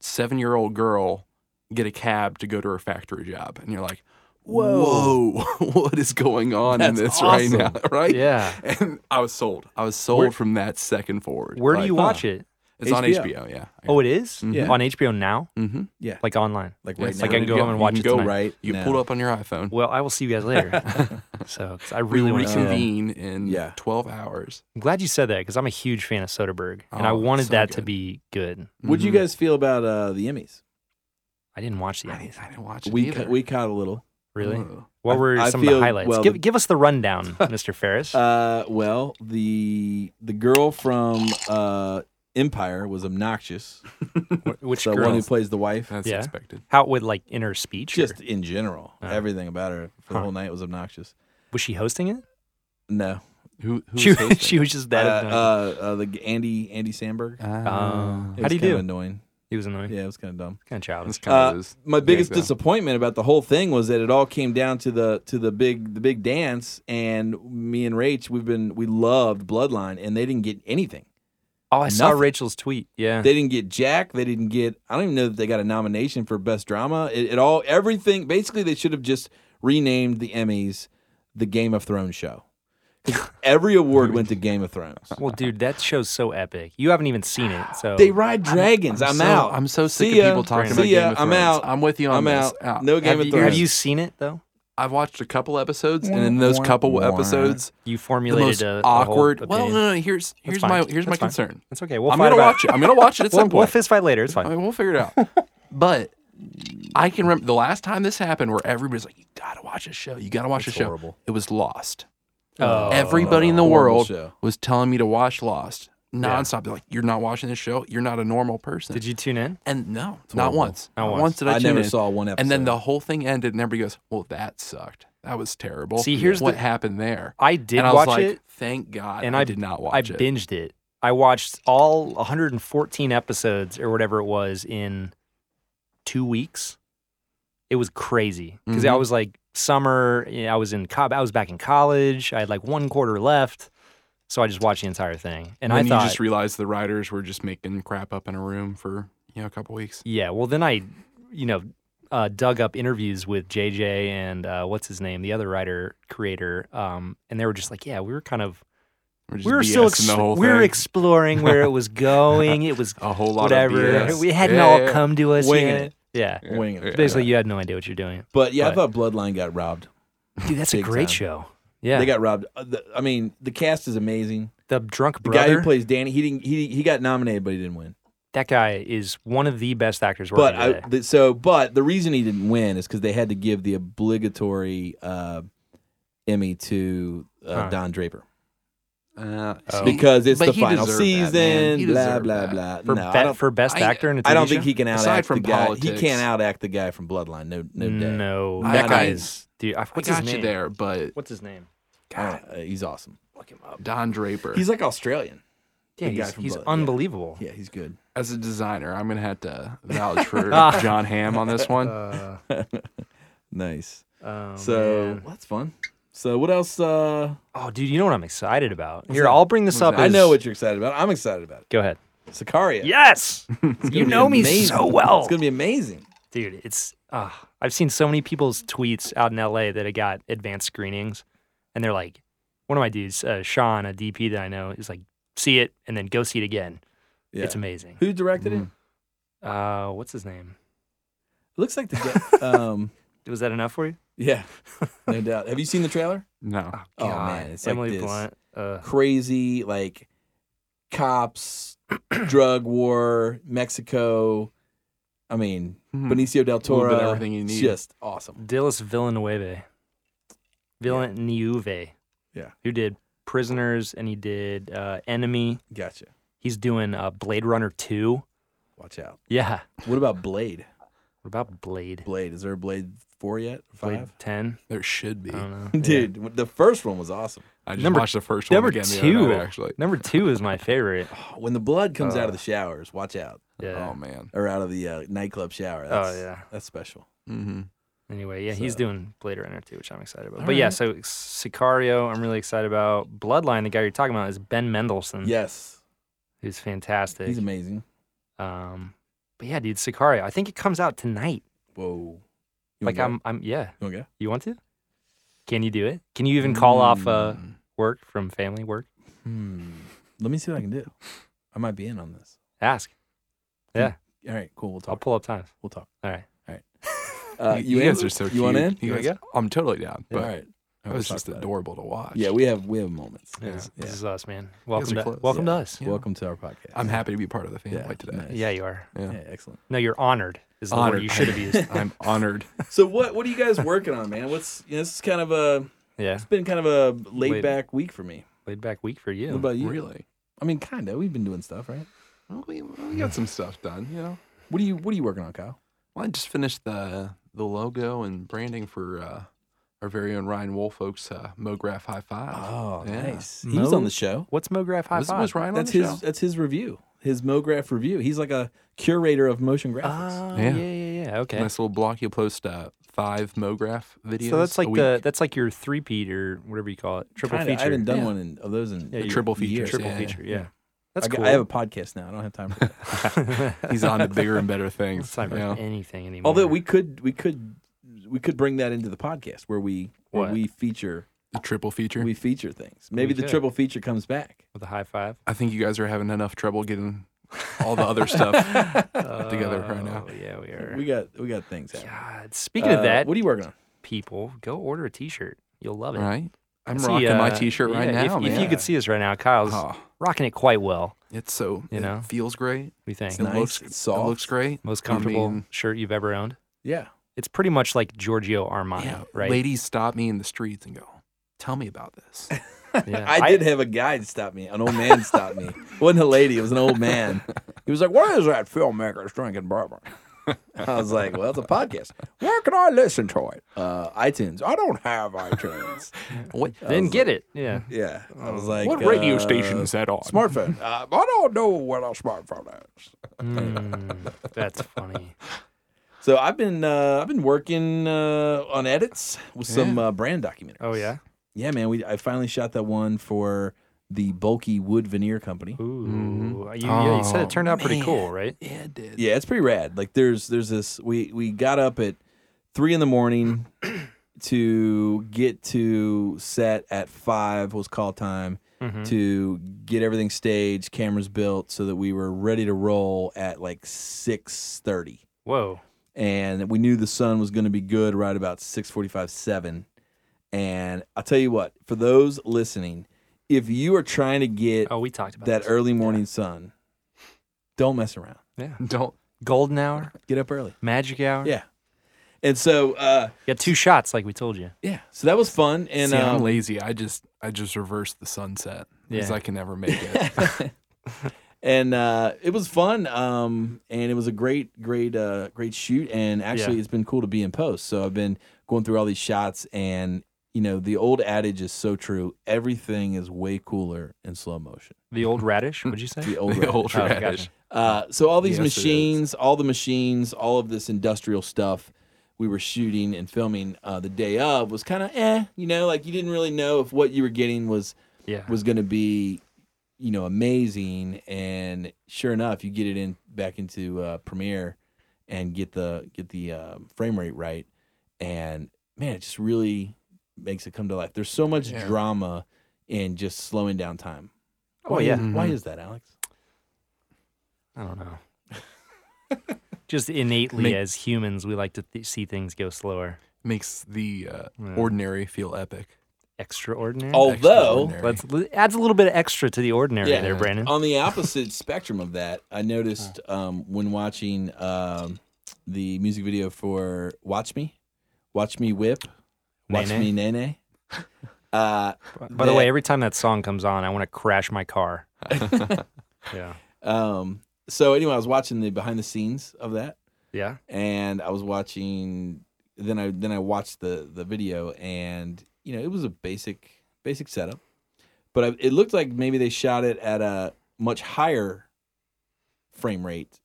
C: seven year old girl get a cab to go to her factory job, and you're like,
A: Whoa.
C: whoa, what is going on in
A: That's
C: this right now,
A: awesome.
C: right?
B: Yeah.
C: And I was sold. I was sold
B: Where-
C: from that second forward.
B: Where do
C: Like,
B: you watch it?
C: It's on
A: HBO.
C: HBO. Yeah.
B: Oh, it is?
A: Yeah.
B: on HBO now,
C: Mm-hmm.
B: like online.
A: like
C: Yeah,
A: right
C: it's
A: now,
B: Like I can go home and watch
C: You
B: it
C: can go
B: tonight.
A: right.
C: You
A: now.
C: pull up on your iPhone.
B: Well, I will see you guys later. so 'cause I really
C: we
B: want to see that.
C: reconvene in
A: Yeah.
C: 12 hours.
B: I'm glad you said that because I'm a huge fan of Soderbergh, and I
C: Oh,
B: wanted
C: so
B: that to
C: good.
B: be good.
A: What'd you
C: Mhm.
A: guys feel about uh, the Emmys?
B: I didn't watch the
C: I
B: Emmys.
C: didn't, I didn't watch it.
A: We
C: either.
A: ca- we caught a little.
B: Really?
C: Oh.
B: What
A: I-
B: were
A: I
B: some of
A: feel-
B: the highlights?
A: well,
B: give,
A: the-
B: give us the rundown, Mr. Ferris.
A: Uh, well, the the girl from uh, Empire was obnoxious.
B: Wh- Which
A: the
B: girl?
A: one who plays the wife,
C: That's
B: Yeah.
C: expected.
B: How with like in her speech? or-
A: just in general,
B: Uh.
A: everything about her for the
B: Huh.
A: whole night was obnoxious.
B: was she hosting it?
A: No,
C: Who, who
B: She,
C: was hosting?
B: she was just
A: uh,
B: that.
A: uh,
B: annoying.
A: uh, the Andy Andy Samberg.
C: Ah.
B: Um,
A: It
B: How'd
A: was
B: he
A: kind
B: do?
A: Of annoying.
B: He was annoying.
A: Yeah, it was kind of dumb.
B: Kind of
D: That's
B: childish.
D: kind
A: Uh,
D: of his.
A: my biggest
D: yeah, so.
A: disappointment about the whole thing was that it all came down to the to the big the big dance and me and Rach we've been we loved Bloodline and they didn't get anything.
B: Oh, I saw
A: nothing.
B: Rachel's tweet. Yeah.
A: They didn't get Jack. They didn't get I don't even know that they got a nomination for best drama. It, it all everything basically they should have just renamed the Emmys the Game of Thrones show. 'Cause Every award went to Game of Thrones.
B: well, dude, that show's so epic. You haven't even seen it, so
A: They ride dragons. I'm,
C: so,
A: out.
C: I'm so sick
A: See
C: of
A: ya.
C: people talking about
A: See ya.
C: Game of
A: I'm
C: Thrones.
A: out.
C: I'm with you on
A: I'm
C: this.
A: out. No Game
C: Have
A: of
C: you-
A: Thrones.
B: have you seen it though?
D: I've watched a couple episodes, and
A: Wah,
D: in those
A: wah,
D: couple
A: wah.
D: episodes,
B: You
C: the
B: formulated
C: most
B: a, a whole
C: awkward. Well,
B: opinion.
C: no, no. Here's here's
B: fine.
C: my here's my
B: That's fine.
C: concern.
B: That's okay. We'll
C: I'm
B: fight
C: gonna
B: about
C: watch it. I'm gonna watch it at
B: We'll,
C: some
B: we'll
C: point.
B: fist fight later. It's
C: I
B: fine.
C: mean, we'll figure it out. but I can remember the last time this happened, where everybody's like, "You gotta watch a show. You gotta watch a show."
A: horrible.
C: It was Lost.
B: Oh.
C: Everybody in the
A: horrible
C: world
A: show.
C: was telling me to watch Lost nonstop. They're like, "You're not watching this show. You're not a normal person."
B: Did you tune in?
C: And no, not
A: horrible.
C: once.
B: Not
C: Not
B: once.
C: once. did I,
A: I
C: tune
A: never
C: in.
A: saw one episode.
C: And then the whole thing ended, and everybody goes, "Well, that sucked. That was terrible."
B: See, here's
C: what
B: the-
C: happened there.
B: I did
C: and I
B: watch
C: was like,
B: it.
C: "Thank God,"
B: and
C: I,
B: I-
C: did not watch
B: I
C: it.
B: binged it. I watched all 114 episodes or whatever it was in two weeks. It was crazy because I
C: Mhm.
B: was like summer. you know, I was in Cobb. I was back in college. I had like one quarter left, so I just watched the entire thing. And
C: and
B: I
C: you
B: thought,
C: just realized the writers were just making crap up in a room for you know a couple weeks.
B: yeah. Well, then I, you know, uh, dug up interviews with JJ and uh, what's his name, the other writer creator, um, and they were just like, yeah, we were kind of
C: We're, just
B: we were still
C: BSing the
B: ex-
C: whole
B: we were
C: thing.
B: exploring where it was going. It was
C: a whole lot
B: whatever.
C: of BS.
B: We hadn't
C: Yeah,
B: all
C: yeah, yeah.
B: come to us
A: Winging
B: yet.
A: it.
B: Yeah.
A: wing. it.
B: Basically, you had no idea what you're doing.
A: But yeah, I thought
B: But-
A: Bloodline got robbed.
B: Dude, that's a
A: Big
B: great
A: time.
B: show. Yeah.
A: They got robbed. Uh, the- I mean, the cast is amazing.
B: the drunk
A: The
B: brother.
A: guy who plays Danny, he didn't. He he got nominated, but he didn't win.
B: that guy is one of the best actors working
A: But I,
B: today.
A: the, so, but the reason he didn't win is because they had to give the obligatory uh, Emmy to uh,
B: Huh.
A: Don Draper
C: Uh,
B: Oh.
A: because it's
C: but
A: the
C: he
A: final
C: deserved that, man.
A: season.
C: He
A: blah
C: deserved
A: blah
C: that.
A: blah.
B: for,
A: no,
B: be-
A: I don't.
B: for best
C: I-
B: actor in a TV
A: I don't think
B: show?
A: he can out
C: Aside
A: act
C: from
A: the guy.
C: politics.
A: He can't out act the guy from Bloodline. No, no doubt.
B: No,
A: I-
B: that
A: I-
B: guy is. Dude, I,
C: I
B: what's
C: got
B: his
C: you
B: name?
C: there, but
B: What's his name?
A: Uh, he's awesome.
B: Look him up.
C: Don Draper.
A: He's like Australian.
B: Yeah,
A: The guy
B: he's,
A: from
B: he's
A: Blood, yeah.
B: unbelievable.
A: Yeah, he's good.
C: As a designer, I'm gonna have to vouch for
B: Ah.
C: John Hamm on this one.
B: Uh,
A: Nice.
B: oh,
A: So
B: man.
A: well, that's fun. So what else? Uh,
B: oh, dude, you know what I'm excited about? Here, I'll bring this up.
A: I
B: as-
A: know what you're excited about. I'm excited about it.
B: Go ahead.
A: Sicaria.
B: Yes, you
A: be
B: know me so
A: amazing.
B: well.
A: It's gonna be amazing.
B: dude it's uh, i've seen so many people's tweets out in la that i got advanced screenings and they're like one of my dudes uh, sean a dp that i know is like see it and then go see it again
A: Yeah.
B: it's amazing
A: Who directed it?
C: Mm.
B: uh, what's his name
A: It looks like the. guy- um,
B: was that enough for you
A: yeah, no doubt. Have you seen the trailer?
C: No,
A: Oh, man, it's like
B: emily
A: this.
B: blunt uh,
A: Crazy, like cops, drug war, Mexico. I mean,
C: Hmm.
A: Benicio del
C: little bit
A: Toro.
C: of everything you need.
A: Just awesome.
B: dillis villanueva villanueva
A: Yeah.
B: who did prisoners and he did uh, enemy
A: Gotcha.
B: he's doing uh, blade runner 2
A: Watch out.
B: yeah
A: What about Blade?
B: what about blade
A: Blade. Is there a Blade four yet?
B: blade
A: Five.
B: 10
C: there should be.
B: i don't know
A: Dude, the first one was awesome.
C: I just
B: Um, Number-
C: watched the first one
B: Number
C: again the other
B: two,
C: night, actually.
B: number two is my favorite.
A: When the blood comes out
B: Uh,
A: of the showers, watch out.
B: Yeah.
C: Oh man.
A: Or out of the uh, nightclub shower.
B: oh
A: That's,
B: yeah.
A: That's special.
C: Mm-hmm.
B: Anyway, yeah, he's
A: So-
B: doing Blade Runner too, which I'm excited about.
C: All
B: but yeah,
C: right.
B: so Sicario, I'm really excited about. Bloodline, the guy you're talking about is Ben Mendelsohn,
A: Yes.
B: who's fantastic.
A: He's amazing.
B: um, but yeah, dude, Sicario. I think it comes out tonight.
A: Whoa. You
B: Like
A: wanna
B: I'm, I'm yeah.
A: go? You wanna
B: You want to? Can you do it? Can you even call off uh, work from family work?
A: go? Hmm. Let me see what I can do. I might be in on this.
B: Ask.
A: All right, cool. We'll
B: I'll
A: talk.
B: pull up times.
A: We'll talk.
B: All right.
A: Uh,
C: you,
A: in?
C: answer so
A: You want
C: cute.
A: in?
C: He
B: You wanna
C: goes, I'm totally down. But
A: All right.
C: it was just adorable to watch.
A: Yeah, we have we have moments.
B: Yeah.
A: It's- yeah.
B: This is us, man. Welcome
C: are
B: to
C: close.
B: welcome
A: Yeah.
B: to us.
C: Yeah.
A: Welcome to our podcast.
C: I'm happy to be part of the family
A: Yeah,
C: today.
A: nice.
B: Yeah, you are.
A: Yeah, excellent.
B: No, you're honored. Is the word you should have used.
C: I'm honored.
A: So what what are you guys working on, man? What's you know, this is kind of a
B: Yeah.
A: it's been kind of a laid
B: Laid-
A: back week for me.
B: laid back week for you.
A: What about you?
C: really?
A: I mean, kind of. We've been doing stuff, right?
C: Well, we, we got some stuff done, you know.
A: What are you What are you working on, Kyle?
C: Well, I just finished the the logo and branding for uh, our very own Ryan Wolfolk's uh, MoGraph High Five.
A: Oh,
C: Yeah.
A: nice. He was on the show.
B: What's MoGraph Ah, High
C: Was,
B: Five?
C: was Ryan
A: That's
C: on the
A: his.
C: show?
A: That's his review. his MoGraph review. He's like a curator of motion graphics.
B: Oh, yeah.
C: Yeah.
B: yeah, yeah, Okay.
C: Nice little block you post uh, five MoGraph videos.
B: so that's
C: a
B: like
C: week.
B: the that's like your three peat or whatever you call it, triple
A: Kinda. I
B: feature,
A: haven't done
C: Yeah.
A: one in, of those in
B: Yeah, you-
C: triple feature,
A: years.
B: triple
C: yeah,
B: feature. Yeah,
C: yeah.
B: that's
A: I, got-
B: cool.
A: I have a podcast now. I don't have time. For that.
C: He's on to bigger and better things.
B: it's time for
C: you know?
B: anything anymore.
A: Although we could, we could, we could bring that into the podcast where we where
B: What?
A: we feature
C: The triple feature.
A: we feature things. Maybe the
B: could.
A: triple feature comes back.
B: with a high five
C: I think you guys are having enough trouble getting all the other stuff. together right now.
B: Oh, Yeah, we are.
A: We got we got things. happening.
B: God, speaking
A: Uh,
B: of that,
A: what are you working on?
B: people go order a T-shirt. You'll love it.
C: Right? I'm
B: See,
C: rocking my
B: uh,
C: T-shirt right
B: yeah, if-
C: now,
B: if,
C: man.
B: you could see us right now, Kyle's
C: Oh,
B: rocking it quite well.
C: it's so
B: You
C: you
B: know?
C: know feels great.
B: We think
A: It's nice.
C: looks-
A: it's
C: It
A: soft.
C: looks great.
B: most
C: I
B: comfortable
C: mean,
B: shirt you've ever owned.
A: yeah.
B: It's pretty much like Giorgio Armani,
C: yeah,
B: right?
C: Ladies stop me in the streets and go, "Tell me about this."
B: Yeah.
A: I, did have a guy stop me. An old man stopped me. wasn't a lady. It was an old man. He was like, "Why is that filmmaker's drinking bourbon?" I was like, "Well, it's a podcast. Where can I listen to it? Uh, iTunes. I don't have iTunes.
C: what
B: Didn't get it. Yeah.
A: yeah. I was like,
C: what radio
A: uh,
C: station is that on?
A: Smartphone. Uh, I don't know what a smartphone is.
B: Mm, that's funny.
A: So I've been uh, I've been working uh, on edits with some uh, brand documentaries.
B: Oh yeah.
A: yeah, man. We I finally shot that one for the bulky wood veneer company.
B: Ooh. You, yeah, you said
C: Oh,
B: it turned out pretty cool,
C: man.
B: right?
C: Yeah, it did.
A: Yeah, it's pretty rad. Like there's there's this we we got up at three in the morning to get to set at five was call time
B: Mm-hmm.
A: to get everything staged, cameras built so that we were ready to roll at like six thirty.
B: Whoa.
A: And we knew the sun was gonna be good right about six forty five, seven. And I'll tell you what, for those listening, if you are trying to get
B: Oh, we talked about
A: that
B: this.
A: early morning sun, don't mess around.
B: Yeah.
C: Don't
B: Golden hour,
A: Get up early.
B: magic hour.
A: Yeah. And so, uh,
B: You got two shots, like we told you.
A: yeah, so that was fun. And
C: see. I'm
A: um,
C: lazy. I just I just reversed the sunset because
B: Yeah.
C: I can never make it.
A: and uh, it was fun. Um, and it was a great, great, uh, great shoot. And actually,
B: Yeah.
A: it's been cool to be in post. So I've been going through all these shots, and you know, the old adage is so true. Everything is way cooler in slow motion.
B: The old radish, would you say?
A: The old,
C: the
A: adage.
C: old
B: Oh, gotcha.
C: radish.
A: Uh, so all these
C: Yes, it is.
A: machines, all the machines, all of this industrial stuff we were shooting and filming uh, the day of was kind of eh, you know, like you didn't really know if what you were getting was
B: Yeah.
A: was going to be, you know, amazing. And sure enough, you get it in back into uh, Premiere and get the get the um frame rate right, and man, it just really makes it come to life. There's so much
C: Yeah.
A: drama in just slowing down time.
B: Oh,
A: Why
B: yeah.
A: is- why is that, Alex?
B: I don't know. Just innately
C: Make-
B: as humans, we like to th- see things go slower.
C: Makes the uh,
B: Yeah.
C: ordinary feel epic.
B: Extraordinary.
A: Although
C: Extraordinary.
B: Let's li- adds a little bit of extra to the ordinary
A: Yeah.
B: there, Brandon.
A: on the opposite spectrum of that, I noticed um, when watching um, the music video for "Watch Me," "Watch Me Whip," "Watch
B: Nene.
A: Me Nene." Uh,
B: By the
A: that-
B: way, every time that song comes on, I want to crash my car. yeah.
A: um, so anyway, I was watching the behind the scenes of that,
B: Yeah.
A: and I was watching. Then I then I watched the the video, and you know it was a basic basic setup, but I, it looked like maybe they shot it at a much higher frame rate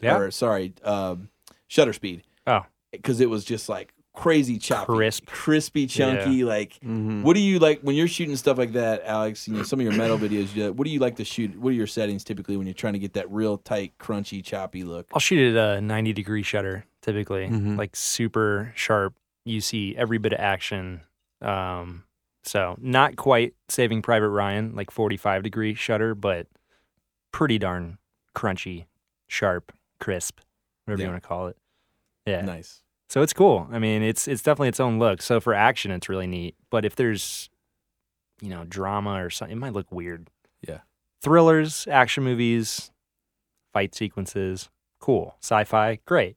B: Yeah.
A: or sorry, um, shutter speed.
B: Oh.
A: because it was just like crazy choppy,
B: Crisp.
A: crispy, chunky. Like,
C: Mm-hmm.
A: what do you like when you're shooting stuff like that, Alex? You know, some of your metal videos. You do, what do you like to shoot? What are your settings typically when you're trying to get that real tight, crunchy, choppy look?
C: Oh,
B: I'll shoot at a 90 degree shutter typically,
A: Mm-hmm.
C: Mhm.
B: like super sharp. You see every bit of action. Um, so not quite Saving Private Ryan, like 45 degree shutter, but pretty darn crunchy, sharp, crisp, whatever you
A: Yeah.
B: want to call it. Yeah.
A: Nice.
B: So it's cool. I mean, it's it's definitely its own look. So for action, it's really neat. But if there's, you know, drama or something, it might look weird.
A: Yeah.
B: Thrillers, action movies, fight sequences, cool. Sci-fi, great.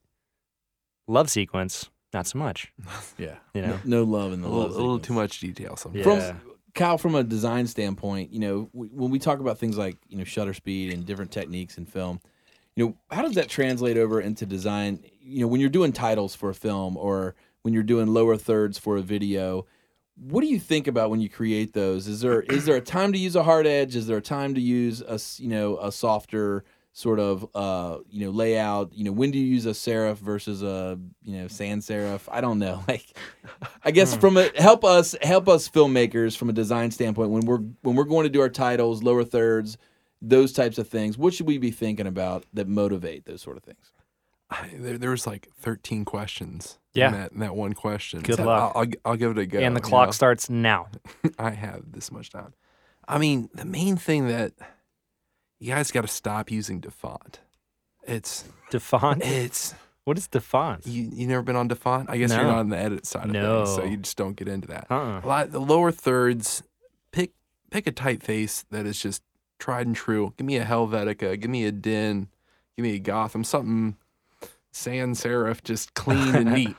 B: Love sequence, not so much.
A: Yeah.
B: You know.
A: No love in
C: A
A: the
C: little,
A: love
C: a little
A: sequence.
C: too much detail sometimes.
A: From
B: Yeah.
A: Kyle, from a design standpoint, you know, w- when we talk about things like you know shutter speed and different techniques in film, you know, how does that translate over into design? You know, when you're doing titles for a film or when you're doing lower thirds for a video, What do you think about when you create those? Is there is there a time to use a hard edge? Is there a time to use a s- you know a softer sort of uh you know layout? You know when do you use a serif versus a you know sans serif? I don't know. Like I guess from a help us help us filmmakers from a design standpoint when we're when we're going to do our titles, lower thirds, those types of things. What should we be thinking about that motivate those sort of things?
C: I, there, there was like 13 questions.
B: Yeah.
C: In that, in that one question.
B: Good
C: So
B: luck.
C: I'll, I'll, gi- I'll give it a go.
B: and the
C: you
B: clock
C: know?
B: starts now.
C: I have this much time. I mean, the main thing that you guys got to stop using DeFont. It's
B: Defont.
C: it's
B: What is Defont?
C: you you never been on DeFont? I guess you're
B: No.
C: not on the edit side of things, so
B: No.
C: you just don't get into that.
B: Uh-uh.
C: A lot the lower thirds pick pick a typeface that is just tried and true. Give me a Helvetica, give me a Den, give me a Gotham, something sans serif, just clean and neat.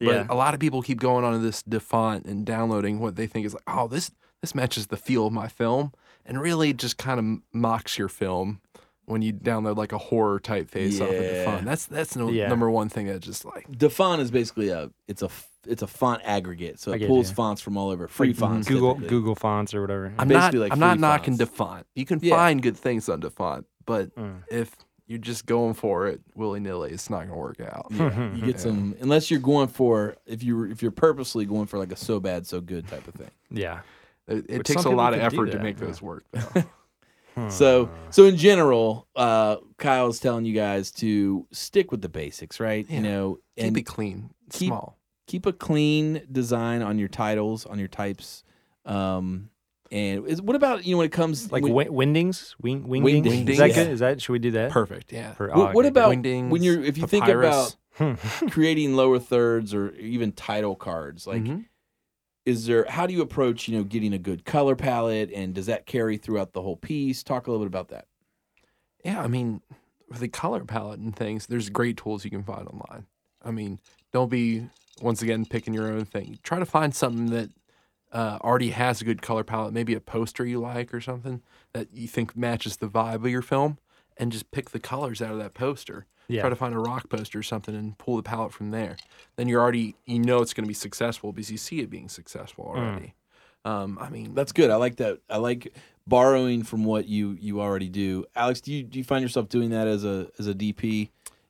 B: Yeah.
A: uh,
C: But a lot of people keep going onto this DeFont and downloading what they think is like, oh, this this matches the feel of my film, and really just kind of mocks your film when you download like a horror typeface off of
A: Yeah.
C: DeFont. That's that's no,
B: Yeah.
C: number one thing that just like
A: Defon is basically a it's a f- it's a font aggregate, so
B: I
A: it
B: get
A: pulls
B: you.
A: fonts from all over. Free fonts,
B: Google
A: typically.
B: Google fonts or whatever.
C: I'm not
A: Mm-hmm. Basically, like,
C: I'm not
A: free
C: knocking
A: fonts.
C: DeFont. You can
A: Yeah.
C: find good things on DeFont, but
B: Mm.
C: if you're just going for it willy nilly, it's not gonna work out.
B: Hmm.
A: Yeah, you get some unless you're going for if you if you're purposely going for like a so bad so good type of thing.
B: Yeah.
C: It, it
B: Which
C: takes a
B: some
C: lot of
B: people can do
C: effort to
B: that,
C: make
B: yeah.
C: those work. though.
B: Hmm.
A: So so in general, uh, Kyle's telling you guys to stick with the basics, right?
C: Yeah.
A: You know, and
C: Keep it clean,
A: keep-
C: small.
A: keep a clean design on your titles, on your types. Um, and is, what about you know when it comes
B: Like
A: when-
B: wi- windings, wing, wingdings.
A: Wingdings,
B: Is that
A: yeah.
B: good? Is that should we do that?
C: Perfect. Yeah.
B: For- Hmm.
A: What,
B: oh,
A: what
B: okay,
A: about
C: Wingdings,
A: when you're if you
C: papyrus.
A: think about creating lower thirds or even title cards? Like,
C: Mhm.
A: is there how do you approach you know getting a good color palette and does that carry throughout the whole piece? Talk a little bit about that.
C: Yeah, I mean, with the color palette and things, there's great tools you can find online. I mean, don't be once again picking your own thing. Try to find something that uh, already has a good color palette, maybe a poster you like or something that you think matches the vibe of your film, and just pick the colors out of that poster.
B: Yeah.
C: Try to find a rock poster or something and pull the palette from there. Then you're already you know it's going to be successful because you see it being successful
B: Hmm.
C: already. Um, I mean,
A: That's good. I like that. I like borrowing from what you you already do. Alex, do you do you find yourself doing that as a as a DP?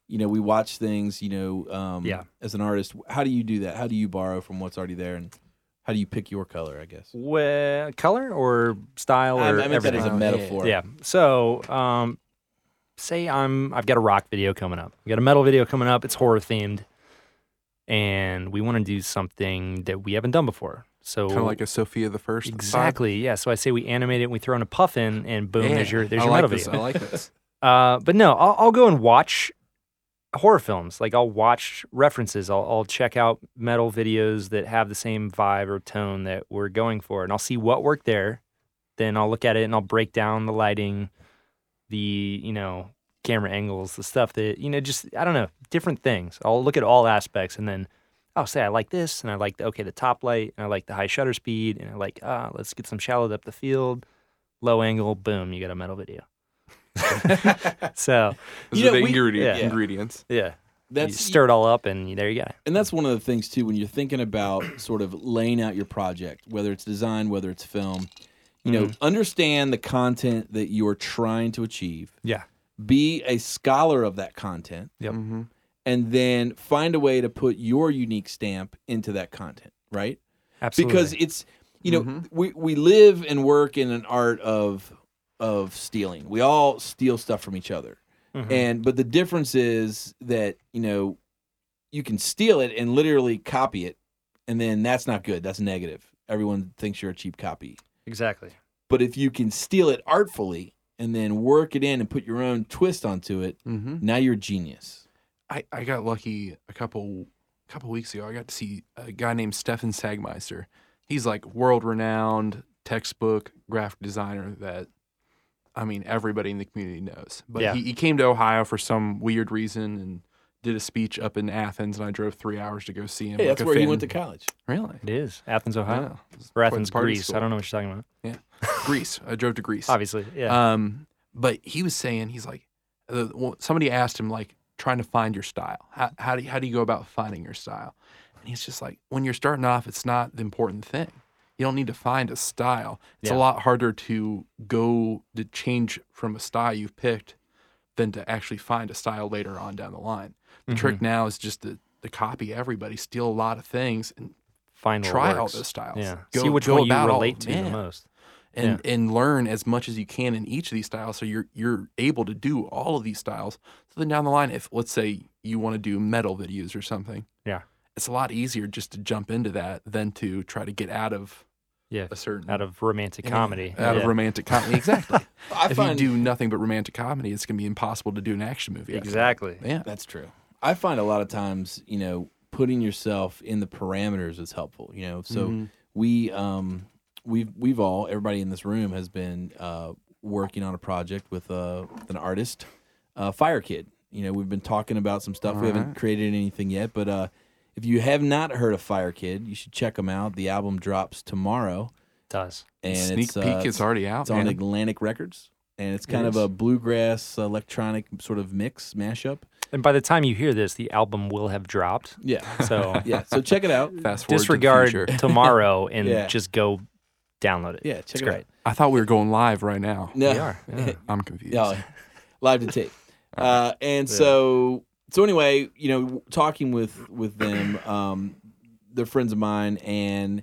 A: You know, we watch things. You know, um,
B: Yeah.
A: As an artist, how do you do that? How do you borrow from what's already there, and how do you pick your color? I guess.
B: Well, color or style
A: I, I
B: or
A: meant
B: everything.
A: that Um, as a
C: Oh, yeah.
A: metaphor.
B: Yeah. So, um, say I'm I've got a rock video coming up. I got a metal video coming up. It's horror themed, and we want to do something that we haven't done before. So
C: kind of like a Sophia the First. vibe.
B: exactly, yeah. So I say we animate it, and we throw in a puff in, and boom,
C: Yeah,
B: there's your there's
C: I
B: your
C: like
B: metal
C: this.
B: video.
C: I like this.
B: Uh, but no, I'll, I'll go and watch horror films. Like I'll watch references. I'll, I'll check out metal videos that have the same vibe or tone that we're going for, and I'll see what worked there. Then I'll look at it and I'll break down the lighting, the you know camera angles, the stuff that you know just I don't know different things. I'll look at all aspects and then. I'll say I like this, and I like the, okay the top light, and I like the high shutter speed, and I like uh, let's get some shallow depth of field, low angle, boom, you got a metal video. so
A: You
D: Those
A: know,
D: are the
A: we-
D: ingredient-
B: yeah.
D: ingredients.
B: yeah, you
A: That's
B: stir it all up, and there you go.
A: and that's one of the things too when you're thinking about sort of laying out your project whether it's design whether it's film you know
B: Mm-hmm.
A: understand the content that you're trying to achieve
B: Yeah.
A: be a scholar of that content
B: Yep.
A: and then find a way to put your unique stamp into that content right
B: Absolutely.
A: because it's you know we, we live and work in an art of of stealing we all steal stuff from each other
B: Mhm.
A: and but the difference is that you know you can steal it and literally copy it and then that's not good that's negative everyone thinks you're a cheap copy
B: exactly.
A: but if you can steal it artfully and then work it in and put your own twist onto it
C: Mm-hmm.
A: now you're a genius
C: I, I got lucky a couple couple weeks ago. I got to see a guy named Stefan Sagmeister. He's like world renowned textbook graphic designer that I mean everybody in the community knows. But
B: Yeah.
C: he, he came to Ohio for some weird reason and did a speech up in Athens and I drove three hours to go see him.
A: hey
C: like
A: that's
C: a
A: where he
C: fan.
A: went to college
C: Really?
B: It is Athens, Ohio,
C: Wow. It was
B: or
C: quite
B: Athens,
C: the party
B: Greece. I
C: school.
B: don't know what you're talking about.
C: Greece. I drove to Greece.
B: Obviously, yeah.
C: Um, but he was saying he's like, uh, well, somebody asked him like trying to find your style. How how do you, how do you go about finding your style? And And he's just like, when you're starting off, it's not the important thing. You don't need to find a style. It's
B: Yeah.
C: a lot harder to go to change from a style you've picked than to actually find a style later on down the line. The
B: Mm-hmm.
C: trick now is just to, to copy everybody, steal a lot of things, and
B: Find what
C: try
B: works.
C: all those styles.
B: Yeah.
C: Go-
B: See which
C: go
B: one you
C: about all-
B: relate to the
C: man.
B: most.
C: and and learn as much as you can in each of these styles so you're you're able to do all of these styles so then down the line if let's say you want to do metal videos or something
B: Yeah.
C: it's a lot easier just to jump into that than to try to get out of
B: Yeah.
C: a certain
B: Out of romantic comedy.
C: out
B: yeah.
C: of romantic comedy exactly
A: I
C: if
A: find
C: you do nothing but romantic comedy it's going to be impossible to do an action movie out of it.
B: Exactly.
C: yeah
A: That's true. I find a lot of times, you know, putting yourself in the parameters is helpful. You know, so
C: Mm-hmm.
A: we um we've we've all everybody in this room has been uh, working on a project with uh with an artist, uh, Fire Kid. You know, we've been talking about some stuff. we haven't created anything yet, but uh, if you have not heard of Fire Kid, you should check them out. The album drops tomorrow,
B: It does.
A: and
C: sneak
A: it's,
C: peek
A: uh,
C: is already out
A: it's on
C: man.
A: Atlantic Records, and it's kind
B: It
A: of
B: is.
A: a bluegrass electronic sort of mix mashup.
B: And by the time you hear this, the album will have dropped.
A: Yeah.
B: So
A: yeah. So check it out.
C: fast forward to the
B: disregard
C: future.
B: tomorrow and
A: Yeah.
B: just go download it.
A: Yeah, check
B: It's
A: it
B: great.
A: out.
C: i thought we were going live right now
A: No,
B: We are. Yeah.
C: i'm confused
A: yeah, live to tape. Uh, and so, so anyway, you know, w- talking with with them, um, they're friends of mine, and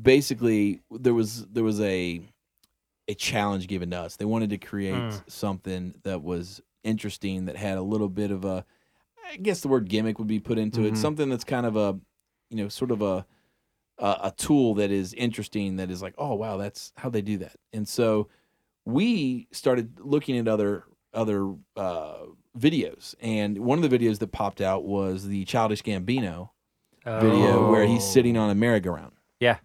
A: basically there was there was a a challenge given to us. They wanted to create
B: Mm.
A: something that was interesting that had a little bit of a I guess the word gimmick would be put into it.
C: Mhm.
A: Something that's kind of a you know sort of a a, a tool that is interesting that is like oh wow that's how they do that. And so we started looking at other other uh, videos, and one of the videos that popped out was the Childish Gambino video
B: Oh,
A: where he's sitting on a merry-go-round.
B: Fantastic.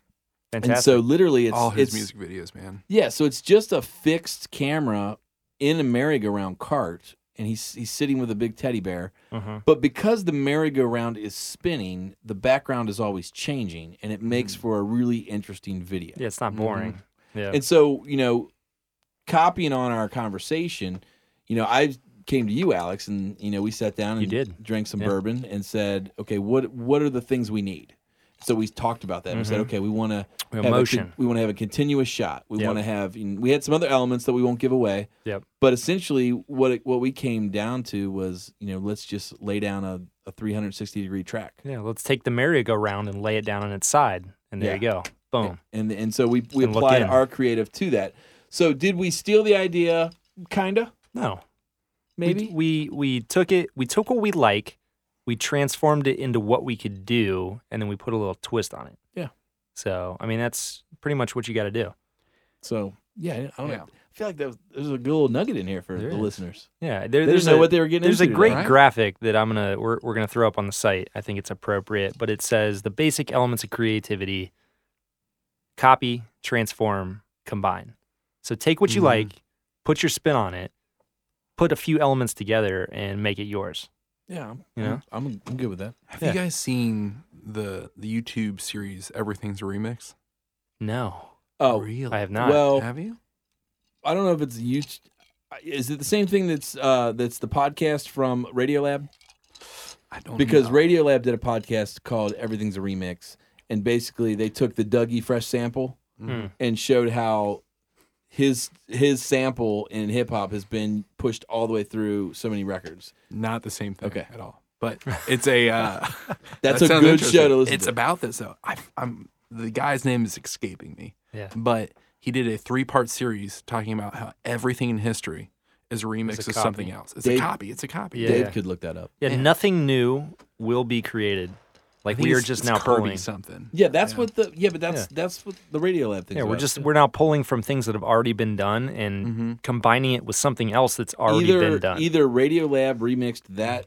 A: And so literally, it's
C: all his
A: it's-
C: music videos man
A: yeah, so it's just a fixed camera in a merry-go-round cart, and he's he's sitting with a big teddy bear.
B: Mhm.
A: But because the merry-go-round is spinning, the background is always changing, and it makes for a really interesting video.
B: Hmm. Yeah, it's not
C: Mm-hmm.
B: boring. Yeah.
A: And so, you know, copying on our conversation, you know, I came to you, Alex, and you know, we sat down and
B: You did.
A: drank some
B: Yeah.
A: bourbon and said, okay, what what are the things we need? So we talked about that. and We said,
B: Mhm.
A: okay, we want to
B: We
A: have
B: have
A: a con-
B: motion.
A: we want to have a continuous shot. We
B: Yep.
A: want to have. you know, We had some other elements that we won't give away.
B: Yep.
A: But essentially, what it, what we came down to was, you know, let's just lay down a, a 360 degree track.
B: yeah. Let's take the merry-go-round and lay it down on its side. And there
A: Yeah.
B: you go. Boom.
A: And and so we we
B: Oh. And look
A: applied
B: in.
A: our creative to that. So did we steal the idea? Kinda,
B: No. We-
A: maybe.
B: we, we took it we took what we like we transformed it into what we could do and then we put a little twist on it
A: Yeah.
B: so i mean that's pretty much what you got to do
A: So yeah, I, don't
C: Yeah.
A: know. I feel like that was, there's a good little nugget in here for
B: There
A: the
B: is.
A: listeners.
B: yeah
A: They
B: there, there's
A: didn't know
B: a,
A: what they were getting
B: there's a
A: into today.
B: great
C: right?
B: graphic that i'm gonna we're, we're gonna throw up on the site i think it's appropriate but it says the basic elements of creativity copy transform combine so take what you
C: Mhm.
B: like put your spin on it put a few elements together and make it yours
A: Yeah, I'm,
B: You know?
A: I'm, I'm, I'm good with that.
C: Have
B: Yeah.
C: you guys seen the the YouTube series Everything's a Remix?
B: no
A: Oh
C: really?
B: i have not
A: well,
C: Have you?
A: I don't know if it's YouTube. Is it the same thing that's uh, that's the podcast from Radiolab?
C: I
B: Oh,
C: don't
A: Because
C: know.
A: Radiolab did a podcast called "Everything's a Remix," and basically they took the Dougie Fresh sample
C: Mm.
B: Hmm.
A: and showed how his his sample in hip hop has been pushed all the way through so many records.
C: not the same thing
A: Okay.
C: at all. But it's a uh,
A: That's
C: that
A: a
C: sounds
A: good
C: interesting.
A: show to listen
C: It's
A: to.
C: about this though. I, I'm the guy's name is escaping me,
B: yeah
C: but he did a three part series talking about how everything in history is a remix
B: It's a
C: of something
B: copy.
C: else. It's
A: Dave-
C: a copy. It's a copy.
B: Yeah.
A: Dave could look that up.
B: Yeah,
C: Yeah.
B: nothing new will be created.
C: I
B: Like
C: think
B: we are
C: it's-
B: just
C: it's
B: now
C: Kirby
B: pulling.
C: something.
A: Yeah, that's
C: Yeah.
A: what the yeah, but that's that's what the Radiolab thing.
B: Yeah, we're just we're now pulling from things that have already been done and
C: Mhm.
B: combining it with something else that's already
A: Mm. either e
B: been done.
A: either Radiolab remixed that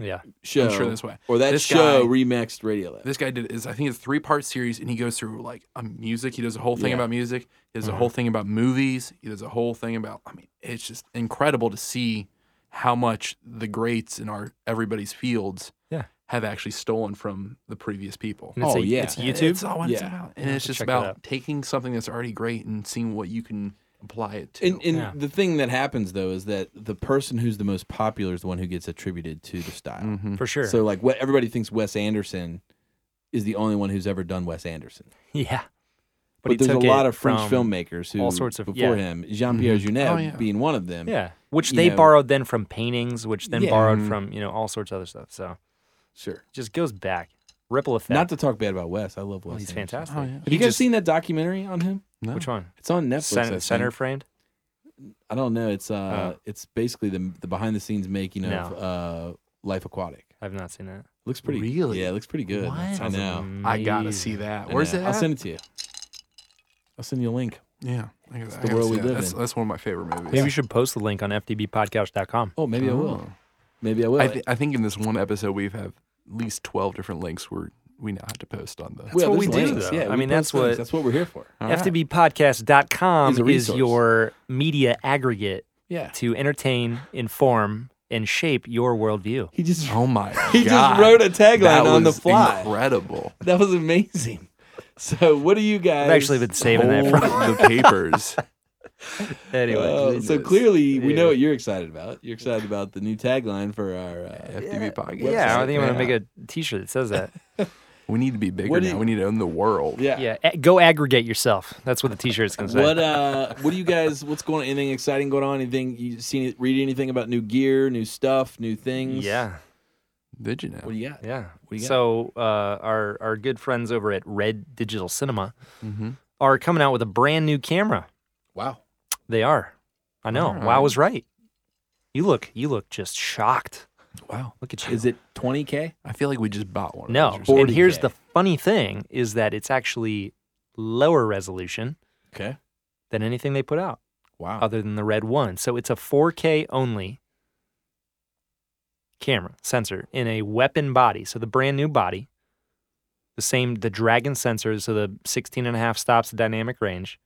B: yeah,
A: show,
C: I'm sure this way.
A: or that
C: this
A: show
C: guy-
A: remixed Radiolab.
C: This guy did is I think it's three part series, and he goes through like a music. He does a whole thing
A: Yeah. Mm-hmm.
C: about music. He does a whole thing about movies. He does a whole thing about. I mean, it's just incredible to see how much the greats in our everybody's fields
B: Yeah.
C: have actually stolen from the previous people.
B: and it's
A: Oh,
B: a-
A: yeah.
B: it's YouTube.
C: It's all what it's
A: Yeah.
C: about, and
B: I'll have
C: it's
B: to
C: just
B: check that
C: about
B: out.
C: taking something that's already great and seeing what you can apply it to.
A: And, and
B: Yeah.
A: the thing that happens though is that the person who's the most popular is the one who gets attributed to the style.
C: Mm-hmm.
B: for Mm, sure.
A: Mm. So like, what everybody thinks Wes Anderson is the only one who's ever done Wes Anderson.
B: yeah,
A: But,
B: he
A: there's a
B: took
A: lot
B: it
A: of French
B: from-
A: filmmakers who
B: all sorts of-
A: before
B: yeah. Mm-hmm.
A: him, Jean Pierre Jeunet
C: Oh, yeah.
A: being one of them.
B: Yeah, which
A: you
B: they
A: know-
B: borrowed then from paintings, which then
A: Yeah. Mm-hmm.
B: borrowed from you know all sorts of other stuff. So it
A: sure.
B: just goes back, ripple effect.
A: Not to talk bad about Wes, I love Wes.
B: Well, he's
A: Anderson.
B: fantastic.
C: Oh, yeah. Have
A: Have you guys seen that documentary on him?
C: No.
B: which one?
A: It's on Netflix. I
B: Center,
A: think.
B: center framed.
A: I don't know. It's uh, it's basically the the behind the scenes making of
B: No.
A: uh, Life Aquatic.
B: I've not seen that.
A: Looks pretty.
C: Really?
A: Yeah, it looks pretty good.
C: What?
A: I
C: Sounds
A: know.
C: I gotta
B: Amazing.
C: see that.
A: I
C: Where's
A: know.
C: uh, it?
A: I'll
C: At?
A: send it to you. I'll send you a link.
E: Yeah, I gotta, I
A: the
E: gotta
A: world
E: see
A: we
E: that.
A: live
E: that's,
A: in.
E: That's one of my favorite movies.
B: Maybe you should post the link on fdbpodcast.com.
A: Oh, maybe I will.
C: Oh.
A: Maybe I will.
C: I, th- I think in this one episode we've have at least twelve different links where we now have to post on the.
B: Well,
A: there's
B: what we do,
A: links.
B: though.
A: Yeah,
B: I
A: we
B: mean,
A: post
B: that's
A: links.
B: what-
A: that's what we're here for.
C: All right.
A: Is a
B: fdbpodcast.com is
A: resource.
B: your media aggregate
A: Yeah.
B: to entertain, inform, and shape your worldview.
A: He just
C: Oh my!
A: he
C: God.
A: just wrote a tagline
C: That
A: on the
C: was
A: fly.
C: Incredible.
A: That was amazing. So, what do you guys uh,
B: I've actually been saving that
C: Hold
B: for
C: the papers.
B: anyway.
A: Uh, so
C: goodness.
A: clearly, we know
B: Yeah.
A: what you're excited about. You're excited about the new tagline for our. Uh,
C: FDB podcast.
B: yeah, I think I'm gonna
C: Yeah.
B: make a T-shirt that says that.
C: We need to be bigger
A: What do
C: now.
A: you-
C: We need to own the world.
A: yeah.
B: yeah, a- go aggregate yourself. That's what the T-shirt's gonna say.
A: What uh? What do you guys? What's going? on? Anything exciting going on? Anything you seen? Read anything about new gear, new stuff, new things?
B: yeah,
C: Did you know?
A: What do you got?
B: yeah.
A: do you got?
B: So uh, our our good friends over at Red Digital Cinema
C: mm-hmm.
B: are coming out with a brand new camera.
A: Wow.
B: They are. I know.
C: Alright.
B: Wow was right. You look you look just shocked.
C: Wow.
B: Look at you.
A: Is it 20k?
C: I feel like we just bought one. of those
B: no.
C: or something.
B: And here's
A: 40K.
B: the funny thing is that it's actually lower resolution
A: Okay.
B: than anything they put out
A: Wow.
B: other than the Red 1. So it's a 4K only camera sensor in a weapon body. So the brand new body, the same, the Dragon sensor, so the 16 and a half stops the dynamic range,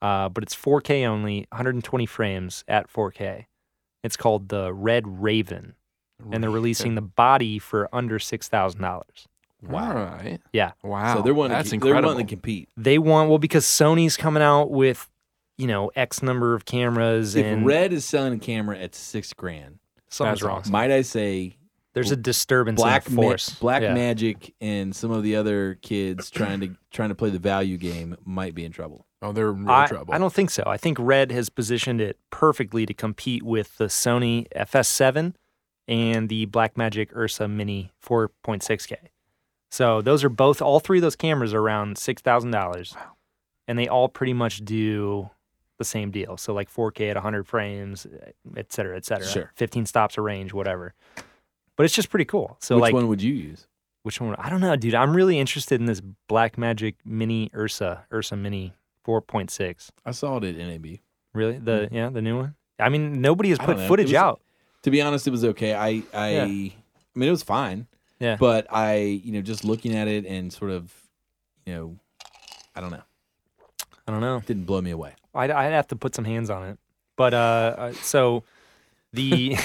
B: uh, but it's 4K only, 120 frames at 4K. It's called the Red Raven, and they're releasing the body for under $6,000.
C: Wow. All right.
B: Yeah.
C: Wow.
A: So they're wanting
C: That's
A: to, keep-
C: incredible.
A: They're wanting to compete.
B: They want, well, because Sony's coming out with, you know, X number of cameras
A: If
B: and
A: Red is selling a camera at six grand,
B: something's
C: That's
B: wrong.
C: awesome.
A: might I say
B: There's a disturbance
A: Black
B: in
A: Ma-
B: the force.
A: Black
B: yeah.
A: Magic and some of the other kids trying to trying to play the value game might be in trouble.
C: oh, they're in real
B: I,
C: trouble.
B: I don't think so. I think Red has positioned it perfectly to compete with the Sony FS7 and the Blackmagic Ursa Mini 4.6K. So those are both all three of those cameras are around six thousand dollars, and they all pretty much do the same deal. So like 4K at 100 frames, et cetera, et cetera.
A: Sure.
B: 15 stops a range, whatever. But it's just pretty cool. So
A: Which
B: like
A: one would you use?
B: which one? I don't know, dude. I'm really interested in this Blackmagic Mini Ursa, Ursa Mini 4.6.
A: I saw it at NAB.
B: Really? The yeah, the new one. I mean, nobody has
A: Hmm. I
B: put
A: don't know.
B: footage
A: It was-
B: out.
A: To be honest, it was okay. I I
B: Yeah.
A: I mean it was fine.
B: Yeah.
A: But I, you know, just looking at it and sort of, you know, I don't know.
B: I don't know.
A: Didn't blow me away.
B: I'd, I'd have to put some hands on it. But uh, uh, so the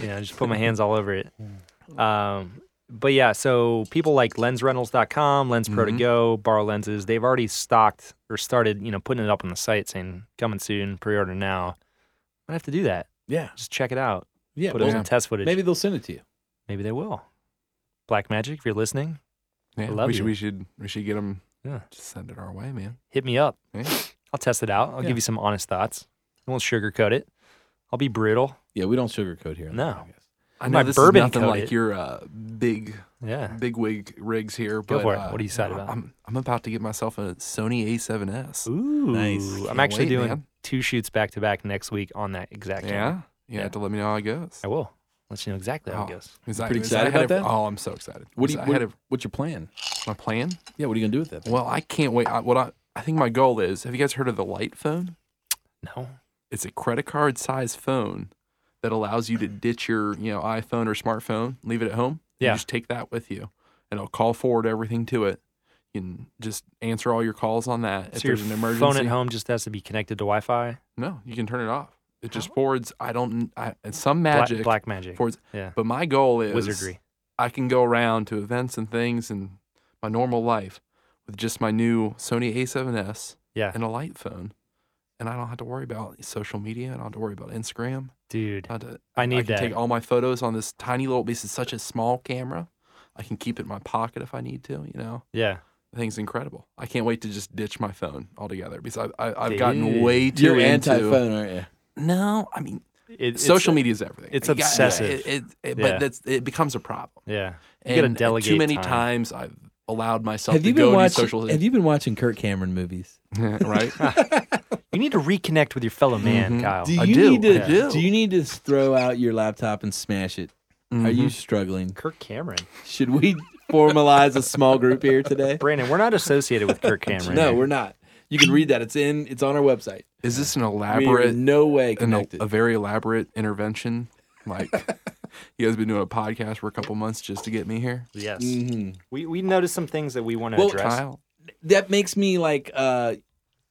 B: you know, just put my hands all over it.
A: Hmm.
B: Um, but yeah, so people like LensRentals.com, Lens Pro to
A: Mm-hmm.
B: Go, Borrow Lenses, they've already stocked or started, you know, putting it up on the site saying coming soon, pre-order now. I have to do that.
A: Yeah.
B: Just check it out.
A: Yeah.
B: put
A: well,
B: it in test footage.
A: Maybe they'll send it to you.
B: Maybe they will. Black Magic, if you're listening,
C: Yeah,
B: I love
C: we
B: you.
C: Should, we should we should get them.
B: Yeah.
C: Just send it our way, man.
B: hit me up.
C: Yeah.
B: I'll test it out. I'll
A: Yeah.
B: give you some honest thoughts. I won't sugarcoat it. I'll be brutal.
A: Yeah, we don't sugarcoat here. on
B: No.
A: the podcast.
C: I
B: My
C: know this
B: bourbon
C: is nothing
B: coated.
C: like your uh, big
B: Yeah.
C: big wig rigs here.
B: Go
C: but,
B: for it.
C: uh,
B: What do you decide about?
C: I'm I'm about to get myself a Sony A7S.
B: Ooh.
A: Nice.
B: I'm
C: Can't
B: actually
C: wait,
B: doing
C: man.
B: two shoots back to back next week on that exact
C: Yeah.
B: camera.
C: yeah. You
B: Yeah.
C: have to let me know how it goes.
B: I will. Let you know exactly how
C: Oh.
B: it goes.
C: Is
A: pretty
C: is I
A: excited
C: had
A: about
C: a-
A: that?
C: Oh, I'm so excited.
A: What do you,
C: I
A: what,
C: had a,
A: what's your plan?
C: my plan?
A: Yeah, what are you gonna do with that?
C: Well, I can't wait. I, what I I think my goal is. Have you guys heard of the Light phone?
B: No.
C: It's a credit card size phone that allows you to ditch your you know iPhone or smartphone, leave it at home. You
B: Yeah.
C: just take that with you, and it'll call forward everything to it. You can just answer all your calls on that. if
B: so your
C: there's an emergency,
B: phone at home just has to be connected to Wi Fi.
C: No, you can turn it off. It just forwards. I don't. I, it's some magic.
B: Black, black magic.
C: forwards.
B: yeah.
C: But my goal is
B: Wizardry.
C: I can go around to events and things and my normal life with just my new Sony A7S
B: Yeah.
C: and a light phone, and I don't have to worry about social media. I don't have to worry about Instagram.
B: Dude,
C: I, don't have to,
B: I
C: I
B: need
C: can
B: that.
C: take all my photos on this tiny little. This is such a small camera. I can keep it in my pocket if I need to. You know,
B: yeah.
C: the thing's incredible. I can't wait to just ditch my phone altogether because I, I, I've gotten way too
A: You're
C: into.
A: anti phone, aren't you?
C: No, I mean
B: It- it's-
C: social media is everything.
B: it's
C: You got- yeah,
B: obsessive.
C: it, it, it,
B: Yeah.
C: But that's, it becomes a problem.
B: Yeah. You gotta
C: And
B: delegate
C: too many
B: time.
C: times I've allowed myself
A: Have
C: to
A: you
C: go
A: been
C: into
A: watching?
C: social.
A: Have you been watching Kirk Cameron movies?
C: right?
B: You need to reconnect with your fellow man,
C: Mhm.
B: Kyle.
A: Do you
C: I do,
A: need to?
C: I do.
A: you need to throw out your laptop and smash it? Are you struggling?
B: Kirk Cameron.
A: Should we formalize a small group here today?
B: Brandon, we're not associated with Kirk Cameron.
A: No,
B: here.
A: we're not. You can read that. It's in. It's on our website.
C: Mm-hmm. Is this an
A: We are
C: elaborate,
A: in no way
C: an, el-
A: connected.
C: a very elaborate intervention? Like you guys been doing a podcast for a couple months just to get me here,
B: Yes.
A: Mhm.
B: We, we noticed some things that we want to
A: Well,
B: address.
C: Mm. Kyle?
A: That makes me like, uh,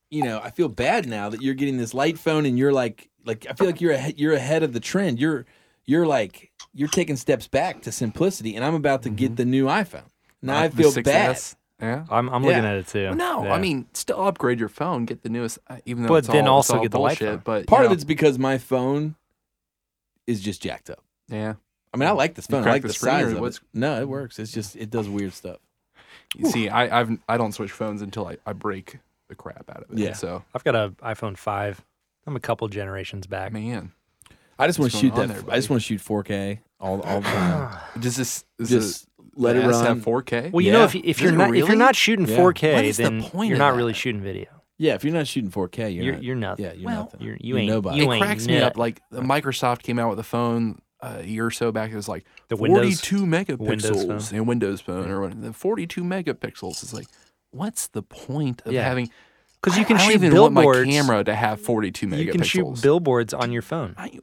A: you know, I feel bad now that you're getting this light phone and you're like, like I feel like you're ahead, you're ahead of the trend. You're, you're like, you're taking steps back to simplicity, and I'm about to get the new iPhone. Now I
C: Mm-hmm. The
A: feel bad.
C: 6S? Yeah.
B: I'm, I'm looking
A: Yeah.
B: at it too.
C: Well, no,
B: Yeah.
C: I mean, still upgrade your phone, get the newest. uh, Even though,
B: But
C: it's
B: then
C: all- it's
B: also
C: all
B: get the light
C: bullshit,
B: phone.
C: But
A: Part
C: you
A: of
C: know,
A: it's because my phone is just jacked up.
C: yeah,
A: I mean, I like this phone. I
C: Mm. cracked
A: like
C: the
A: the
C: screen or
A: size of it.
C: what's-
A: No, it works. It's just it does weird stuff.
C: you see, I I've, I don't switch phones until I, I break the crap out of it.
A: Yeah.
C: So
B: I've got an iPhone 5. I'm a couple generations back.
C: man,
A: I just want to
C: What's
A: shoot
C: going on
A: that.
C: there,
A: I just
C: buddy? Ah.
A: want to shoot 4K all all the time.
C: does this does
A: just let it
C: the S
A: run.
C: have 4K?
B: well, you know,
A: Yeah.
B: if, you- if
C: Is
B: you're
C: it
B: not if
C: really?
B: you're not shooting
A: Yeah.
B: 4K,
C: What is the
B: then
C: point
B: you're
C: of
B: not
C: that?
B: really shooting video.
A: Yeah, if you're not shooting 4K, you're
B: You're
A: not,
B: you're nothing.
A: yeah, you're
C: Well,
A: nothing.
B: You're, you
A: You're
B: ain't
A: nobody.
B: You
C: it
B: ain't Uh,
C: cracks me up.
B: nut.
C: Like the Microsoft came out with a phone uh, a year or so back. It was like
B: The Windows-
C: 42 megapixels
B: Windows phone.
C: and Windows phone or what, the 42 megapixels. It's like, what's the point of
B: Yeah.
C: having?
B: 'Cause you
C: I-
B: can
C: I don't
B: shoot
C: even want
B: billboards.
C: my camera to have 42 megapixels.
B: you can shoot billboards on your phone.
C: I-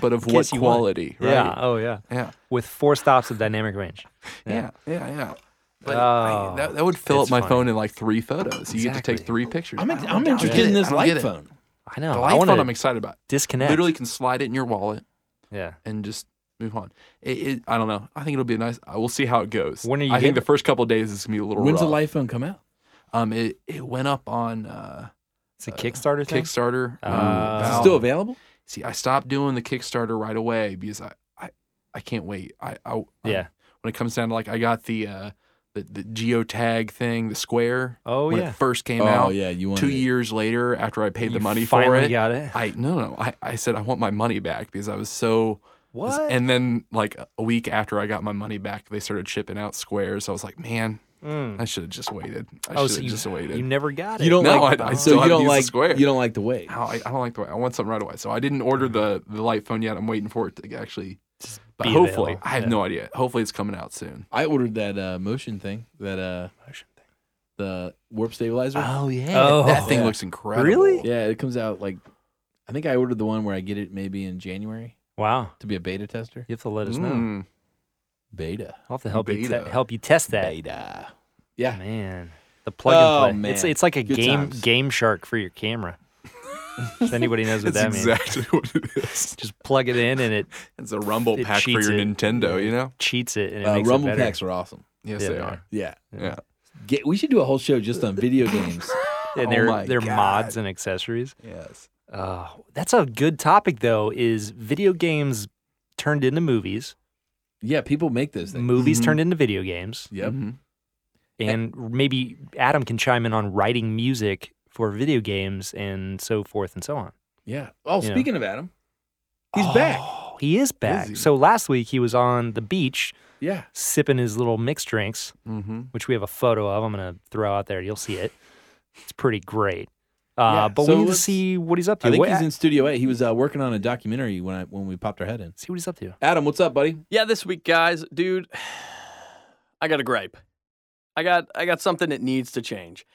C: but of
B: case
C: what
B: you want.
C: quality?
B: Yeah.
C: Right?
B: Oh yeah.
C: Yeah.
B: With four stops of dynamic range.
C: Yeah. Yeah. Yeah. But I-
B: Oh,
C: that, that would fill up
B: it's
C: my
B: funny.
C: phone in like three photos. You get to
B: Exactly.
C: take three pictures.
A: I'm,
C: I
A: in,
C: don't- I
A: I'm
C: don't
A: interested
C: get it.
A: in this
C: I don't get
A: light
C: it.
A: phone.
B: I know.
C: The
B: I
C: light
B: want
C: phone I'm
B: to
C: excited about.
B: disconnect.
C: Literally can slide it in your wallet.
B: Yeah.
C: and just move on. It, it, I don't know. I think it'll be nice. I will see how it goes.
B: When are you
C: I think
B: getting
C: the first couple of days is gonna be a little.
A: When's the
C: rough.
A: light phone come out?
C: Um, it, it went up on uh,
B: It's a Kickstarter thing.
C: Kickstarter. um,
B: Ah.
A: Is it
C: about-
A: still available?
C: see, I stopped doing the Kickstarter right away because I, I, I can't wait. I, I I-
B: Yeah.
C: when it comes down to like, I got the uh, the the geotag thing, the square.
B: Oh
C: when
B: yeah.
C: it first came out.
A: yeah, you
C: Two
A: it.
C: years later, after I paid the
B: You
C: money for
B: finally
C: it,
B: got it.
C: I no no, I, I said I want my money back because I was so
B: What?
C: And then like a week after I got my money back, they started shipping out squares. I was like, man,
B: Mm.
C: I should have just waited. I
B: Oh,
C: should
B: so
C: have
B: you,
C: just waited.
B: you never got it.
A: You don't
C: No,
A: like.
C: I- I still
A: so you
C: haven't
A: don't
C: used the
A: like.
C: square.
A: You don't like the wait.
C: Ow, I, I don't like the way. I want something right away. So I didn't order the, the light phone yet. I'm waiting for it to actually. But
B: be
C: hopefully,
B: available.
C: I have
B: Yeah.
C: no idea. Hopefully, it's coming out soon.
A: I ordered that uh, motion thing, that uh, the warp stabilizer.
C: Oh yeah,
B: Oh.
C: that thing
A: Yeah.
C: looks incredible.
B: Really?
A: yeah, it comes out like. I think I ordered the one where I get it maybe in January
B: Wow.
A: to be a beta tester.
B: You have to let us know.
C: Mm.
A: Beta.
B: I'll have to help you te-
C: Beta.
B: help you test that.
A: Beta. Yeah.
B: Man, the plug
A: Oh,
B: and play. It's
A: man.
B: it's like a
A: Good
B: game
A: times.
B: Game Shark for your camera. if anybody knows what
C: That's
B: that means,
C: exactly what it is.
B: just plug it in and it
C: It's a rumble
B: It
C: pack for
B: cheats
C: your
B: it.
C: Nintendo. You know?
B: cheats it and it
A: Uh,
B: makes
A: Rumble
B: it better.
A: packs are awesome.
C: Yes,
B: Yeah,
C: they
B: they
C: are.
B: are.
A: Yeah.
C: Yeah.
A: Get, we should do a whole show just on video games.
B: And
C: Oh
B: they're
C: my
B: they're
C: God.
B: mods and accessories.
C: Yes.
B: Uh, that's a good topic though. Is video games turned into movies,
A: yeah, people make those things.
B: movies
C: Mhm.
B: turned into video games,
A: Yep.
C: Mhm.
A: Eh
B: and maybe Adam can chime in on writing music for video games and so forth and so on.
A: Yeah. Oh,
B: Yeah.
A: speaking of Adam, he's back.
B: Oh, He is back.
C: he?
B: So last week he was on the beach
A: Yeah.
B: sipping his little mixed drinks,
C: Mhm.
B: which we have a photo of. I'm going to throw out there. You'll see it. It's pretty great.
A: Yeah,
B: Uh, but
A: so
B: we need to
A: let's-
B: see what he's up to.
A: I think
B: What-
A: he's in Studio A. He was uh, working on a documentary when I when we popped our head in.
B: see what he's up to.
A: Adam, what's up, buddy?
F: Yeah, this week, guys, dude, I got a gripe. I got I got something that needs to change.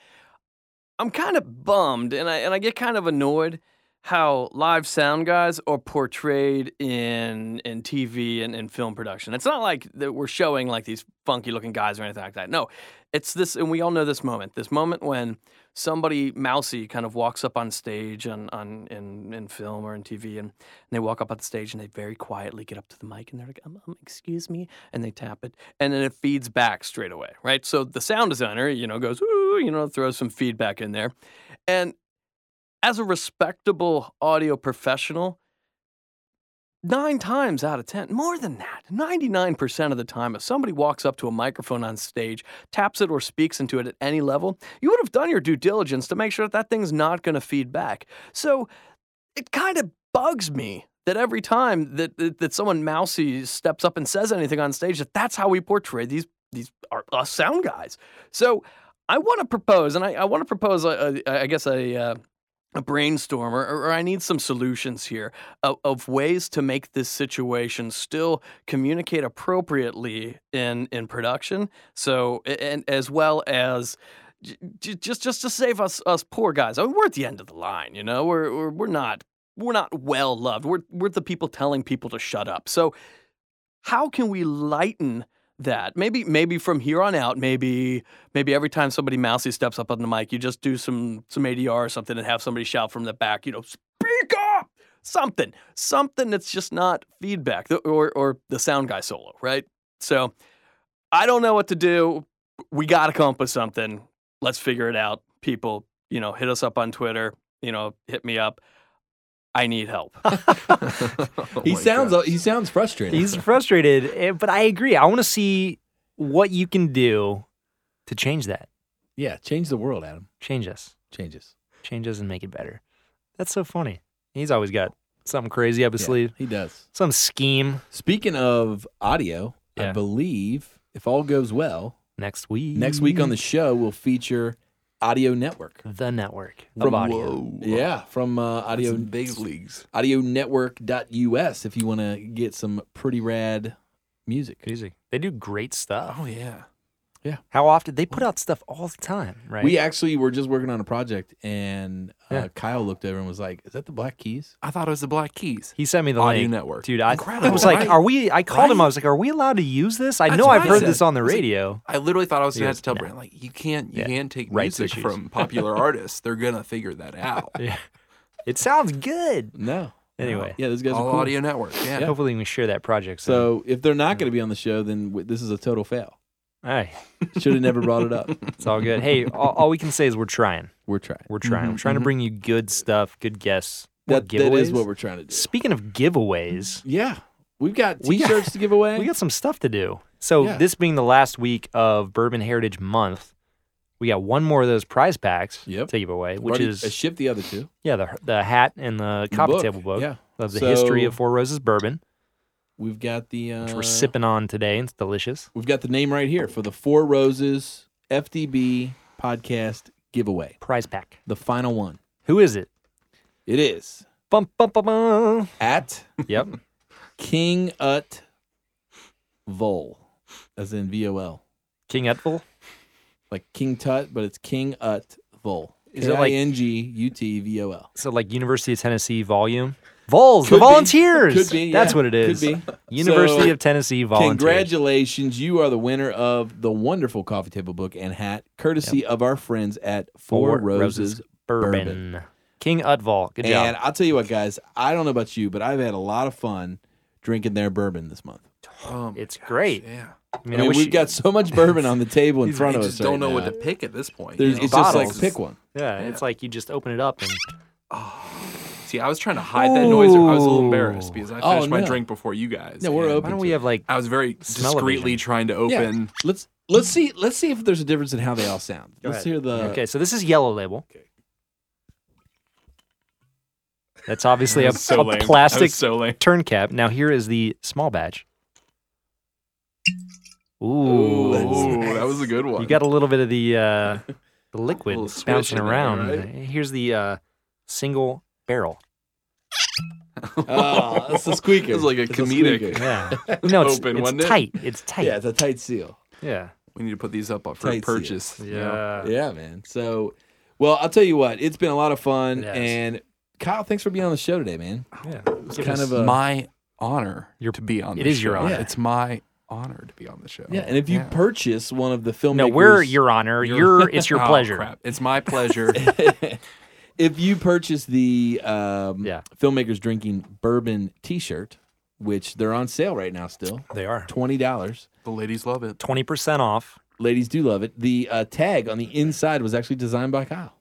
F: I'm kind of bummed, and I and I get kind of annoyed how live sound guys are portrayed in in TV and in film production. It's not like that we're showing like these funky looking guys or anything like that. No, it's this, and we all know this moment. This moment when somebody mousy kind of walks up on stage on on in, in film or in TV, and and they walk up on stage and they very quietly get up to the mic and they're like, um, um, excuse me. And they tap it. And then it feeds back straight away, right? So the sound designer, you know, goes, ooh, you know, throws some feedback in there. And as a respectable audio professional, nine times out of 10, more than that, 99% of the time, if somebody walks up to a microphone on stage, taps it or speaks into it at any level, you would have done your due diligence to make sure that that thing's not going to feed back. So it kind of bugs me that every time that, that, that someone mousy steps up and says anything on stage, that that's how we portray these, these our, us sound guys. So I want to propose, and I, I want to propose, a, a, I guess, a, uh, a brainstorm or, or I need some solutions here of, of ways to make this situation still communicate appropriately in in production. So and as well as j- j- just just to save us us poor guys. I mean, we're at the end of the line, you know. We're we're, we're not we're not well loved. We're we're the people telling people to shut up. So how can we lighten that maybe maybe from here on out maybe maybe every time somebody mousy steps up on the mic you just do some some adr or something and have somebody shout from the back you know speak up something something that's just not feedback th- or or the sound guy solo right so i don't know what to do we gotta come up with something let's figure it out people you know hit us up on twitter you know hit me up i need help
C: Oh
A: he sounds uh, he sounds frustrated.
B: He's frustrated, eh, but I agree. I want to see what you can do to change that.
A: yeah, change the world, Adam.
B: Change us.
A: Changes.
B: Change us and make it better. That's so funny. He's always got something crazy up his sleeve,
A: He does.
B: some scheme.
A: Speaking of audio, I
B: Yeah.
A: believe if all goes well,
B: Next week.
A: next week on the show we'll feature Audio Network.
B: the network
A: From
B: of audio.
C: Whoa.
A: Yeah, from uh,
C: That's
A: Audio
C: big leagues.
A: AudioNetwork.us if you want to get some pretty rad music.
B: Music. They do great stuff.
C: Oh yeah.
B: How often they put out stuff all the time, right?
A: We actually were just working on a project, and uh,
B: Yeah.
A: Kyle looked over and was like, "Is that the Black Keys?"
D: I thought it was the Black Keys.
B: he sent me the
D: Audio
B: link.
D: network.
B: dude. I, I
D: Incredible,
B: was like,
D: right?
B: "Are we?" I called him. I was like, "Are we allowed to use this?" I know
D: what
B: I've
D: I
B: heard
D: said.
B: this on the
D: I was like,
B: radio.
D: I literally thought I was gonna
B: Yeah.
D: have to tell
B: No.
D: Brand like you can't you
B: Yeah.
D: can't take
B: Rights
D: music
B: issues.
D: from popular artists. They're gonna figure that out.
B: It sounds good.
A: No.
B: Anyway,
A: Yeah, those guys
D: All
A: are cool.
D: audio network. Yeah.
B: hopefully we can share that project. soon.
A: So if they're not going to be on the show, then w- this is a total fail.
B: all right,
A: Should have never brought it up.
B: it's all good. Hey, all, all we can say is we're trying.
A: We're trying.
B: We're trying. We're trying to bring you good stuff, good guests. More
A: Mm-hmm, That, that is
B: giveaways.
A: what we're trying to do.
B: Speaking of giveaways,
A: Yeah, we've got
B: We got-
A: t-shirts to give away.
B: we got some stuff to do. So
A: Yeah.
B: this being the last week of Bourbon Heritage Month, we got one more of those prize packs
A: Yep.
B: to give away,
A: We've
B: which
A: already-
B: is
A: uh, ship the other two.
B: yeah the the hat and the
A: The
B: coffee
A: book,
B: table book
A: Yeah,
B: of the
A: So-
B: history of Four Roses Bourbon,
A: we've got the uh,
B: which we're sipping on today. and It's delicious.
A: We've got the name right here for the Four Roses FDB podcast giveaway.
B: Prize pack.
A: The final one.
B: Who is it?
A: It is
B: Bum bum bum bum.
A: at
B: Yep.
A: King Ut Vol, as in V O L,
B: King Etville.
A: like King Tut, but it's King Ut Vol.
B: Is it like-
A: K I N G U T V O L?
B: So like University of Tennessee volume. Vols, the
A: Could be.
B: volunteers.
A: Could be,
B: That's
A: yeah.
B: what it is.
A: Could be.
B: University
A: So,
B: of Tennessee volunteers.
A: Congratulations, you are the winner of the wonderful coffee table book and hat, courtesy of our friends at Four, Roses.
B: Bourbon.
A: Bourbon.
B: King Utvall. Good
A: And
B: job.
A: I'll tell you what, guys, I don't know about you, but I've had a lot of fun drinking their bourbon this month.
D: Um,
B: It's great.
D: yeah.
B: I
A: I
B: mean, I
A: mean,
B: wish
A: we've
B: you-
A: got so much bourbon on the table in
D: These-
A: front
D: they
A: of us.
D: just don't
A: right
D: know
A: now.
D: what to pick at this point. you
A: There's,
D: know?
A: it's just like
B: bottles.
A: pick one.
B: yeah, it's like you just open it up and
D: Oh. See, I was trying to hide that noise. I was a little
B: Ooh.
D: embarrassed because I
A: Oh,
D: finished my
A: no.
D: drink before you guys.
A: No, we're
D: and
A: open.
B: why don't we have like
D: I was very
B: Smell-o-vision.
D: discreetly trying to
A: Yeah.
D: open.
A: Let's let's see let's see if there's a difference in how they all sound.
B: Go
A: let's hear
B: ahead.
A: the
B: Okay, so this is yellow label. That's obviously a,
D: That was so
B: a
D: lame. That was
B: plastic
D: so lame.
B: turn cap. Now here is the small batch. Ooh,
D: Ooh, that was a good one.
B: you got a little bit of the uh, the liquid
D: Little swish
B: bouncing
D: in there,
B: around.
D: right?
B: Here's the uh, single barrel.
A: Ah, that's a squeaker.
D: It's like a
A: It's
D: comedic.
A: squeaker.
B: Yeah, no, it's,
D: Open,
B: it's
D: wasn't it?
B: tight. It's tight.
A: Yeah, it's a tight seal.
B: yeah.
D: we need to put these up for
A: Tight
D: purchase. you know?
B: Yeah.
A: Yeah, man. So, well, I'll tell you what, it's been a lot of fun.
B: It has.
A: And Kyle, thanks for being on the show today, man.
B: yeah.
A: It's
B: Give
A: kind
B: us-
A: of a
D: my honor to be on.
B: it
D: this
B: is your
D: show.
B: honor.
D: It's my honor to be on the show.
C: Oh,
A: yeah. And if you purchase one of the filmmakers,
B: no. We're your honor. Your, it's your
D: Oh,
B: pleasure.
D: crap. It's my pleasure.
A: if you purchase the um,
B: Yeah.
A: filmmakers drinking bourbon T-shirt, which they're on sale right now, still
B: They are
A: twenty dollars.
D: the ladies love it.
B: twenty percent off.
A: Ladies do love it. The uh, tag on the inside was actually designed by Kyle.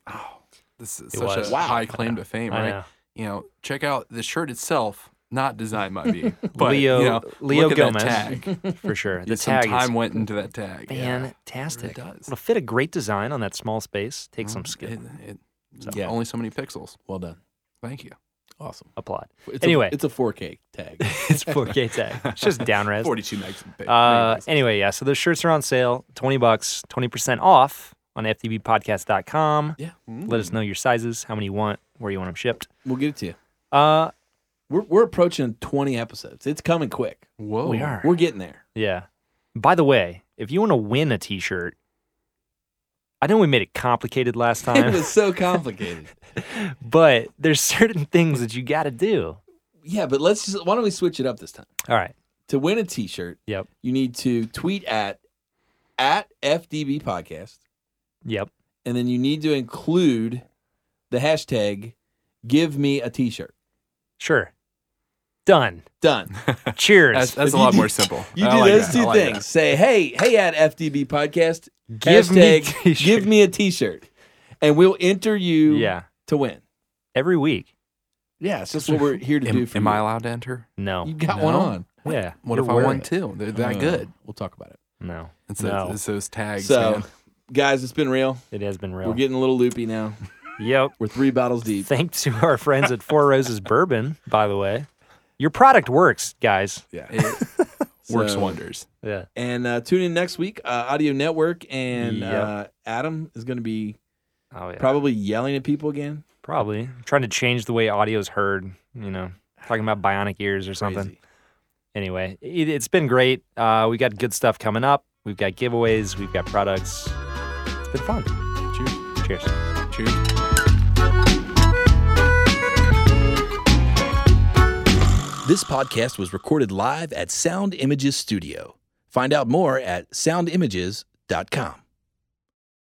D: This is
B: It
D: such
B: was.
D: a
B: Wow.
D: high claim to fame,
B: I
D: right?
B: know.
D: You know, check out the shirt itself, not designed by me, but
B: Leo
D: you know,
B: Leo
D: look
B: Gomez
D: At that tag.
B: for sure. The
D: Yeah, some
B: tag is
D: time went into that tag. Yeah.
B: fantastic.
D: It really does. Mm-hmm.
B: It'll fit a great design on that small space. Take some skill.
D: It, it,
A: Yeah.
D: Only so many pixels.
A: Well done.
D: Thank you.
A: Awesome.
B: Applaud.
A: It's
B: Anyway.
A: a, it's a 4K tag.
B: It's 4K tag. It's just downres.
D: 42 megs. of big-
B: Uh,
D: megas.
B: anyway, yeah. So those shirts are on sale, twenty bucks, twenty percent off on ftbpodcast.com.
A: yeah,
B: Let us know your sizes, how many you want, where you want them shipped.
A: we'll get it to you.
B: Uh,
A: We're we're approaching 20 episodes. It's coming quick.
D: Whoa.
B: we are.
A: We're getting there.
B: Yeah. By the way, if you want to win a T-shirt, I know we made it complicated last
A: It
B: time,
A: was so complicated.
B: but there's certain things that you got to do.
A: yeah, but let's just why don't we switch it up this time?
B: All right.
A: To win a T-shirt,
B: Yep.
A: you need to tweet at at FDB Podcast,
B: Yep.
A: and then you need to include the hashtag Give Me a T-shirt.
B: Sure. Done.
A: Done.
B: Cheers.
D: That's, that's
A: If
D: a
A: you
D: lot
A: do-
D: more simple.
A: You
D: I
A: do
D: like
A: those
D: that. I
A: two
D: like
A: things. Say, hey, hey, at FDB Podcast,
B: Give me
A: hashtag
B: t-shirt.
A: Give Me a T-shirt, and we'll enter you
B: yeah.
A: to win.
B: Every week.
A: Yeah, it's just what we're here to
D: that.
A: do
D: Am,
A: for
D: am
A: you.
D: I allowed to enter?
B: No.
A: You've got one
D: No.
A: on.
B: yeah.
D: What
B: You're
D: if I
B: wearing
D: won
B: it.
D: two? They're that
A: Uh,
C: Mm.
D: good.
A: We'll talk about it.
B: No.
D: It's, those-
B: No.
D: it's those tags.
A: so,
D: man.
A: guys, it's been real.
B: It has been real.
A: We're getting a little loopy now.
B: yep.
A: We're three bottles deep.
B: Thanks to our friends at Four Roses Bourbon, by the way. Your product works, guys.
D: it works
A: So-
D: wonders.
B: Yeah.
A: And uh, tune in next week, uh, Audio Network, and
B: Yep.
A: uh, Adam is going to be
B: Oh yeah.
A: probably yelling at people again.
B: Probably. trying to change the way audio is heard, you know, talking about bionic ears or something.
A: Crazy.
B: Anyway, it, it's been great. Uh, we got good stuff coming up. We've got giveaways. We've got products. It's been fun. Cheers. Cheers.
D: Cheers.
A: This podcast was recorded live at Sound Images Studio. Find out more at soundimages.com.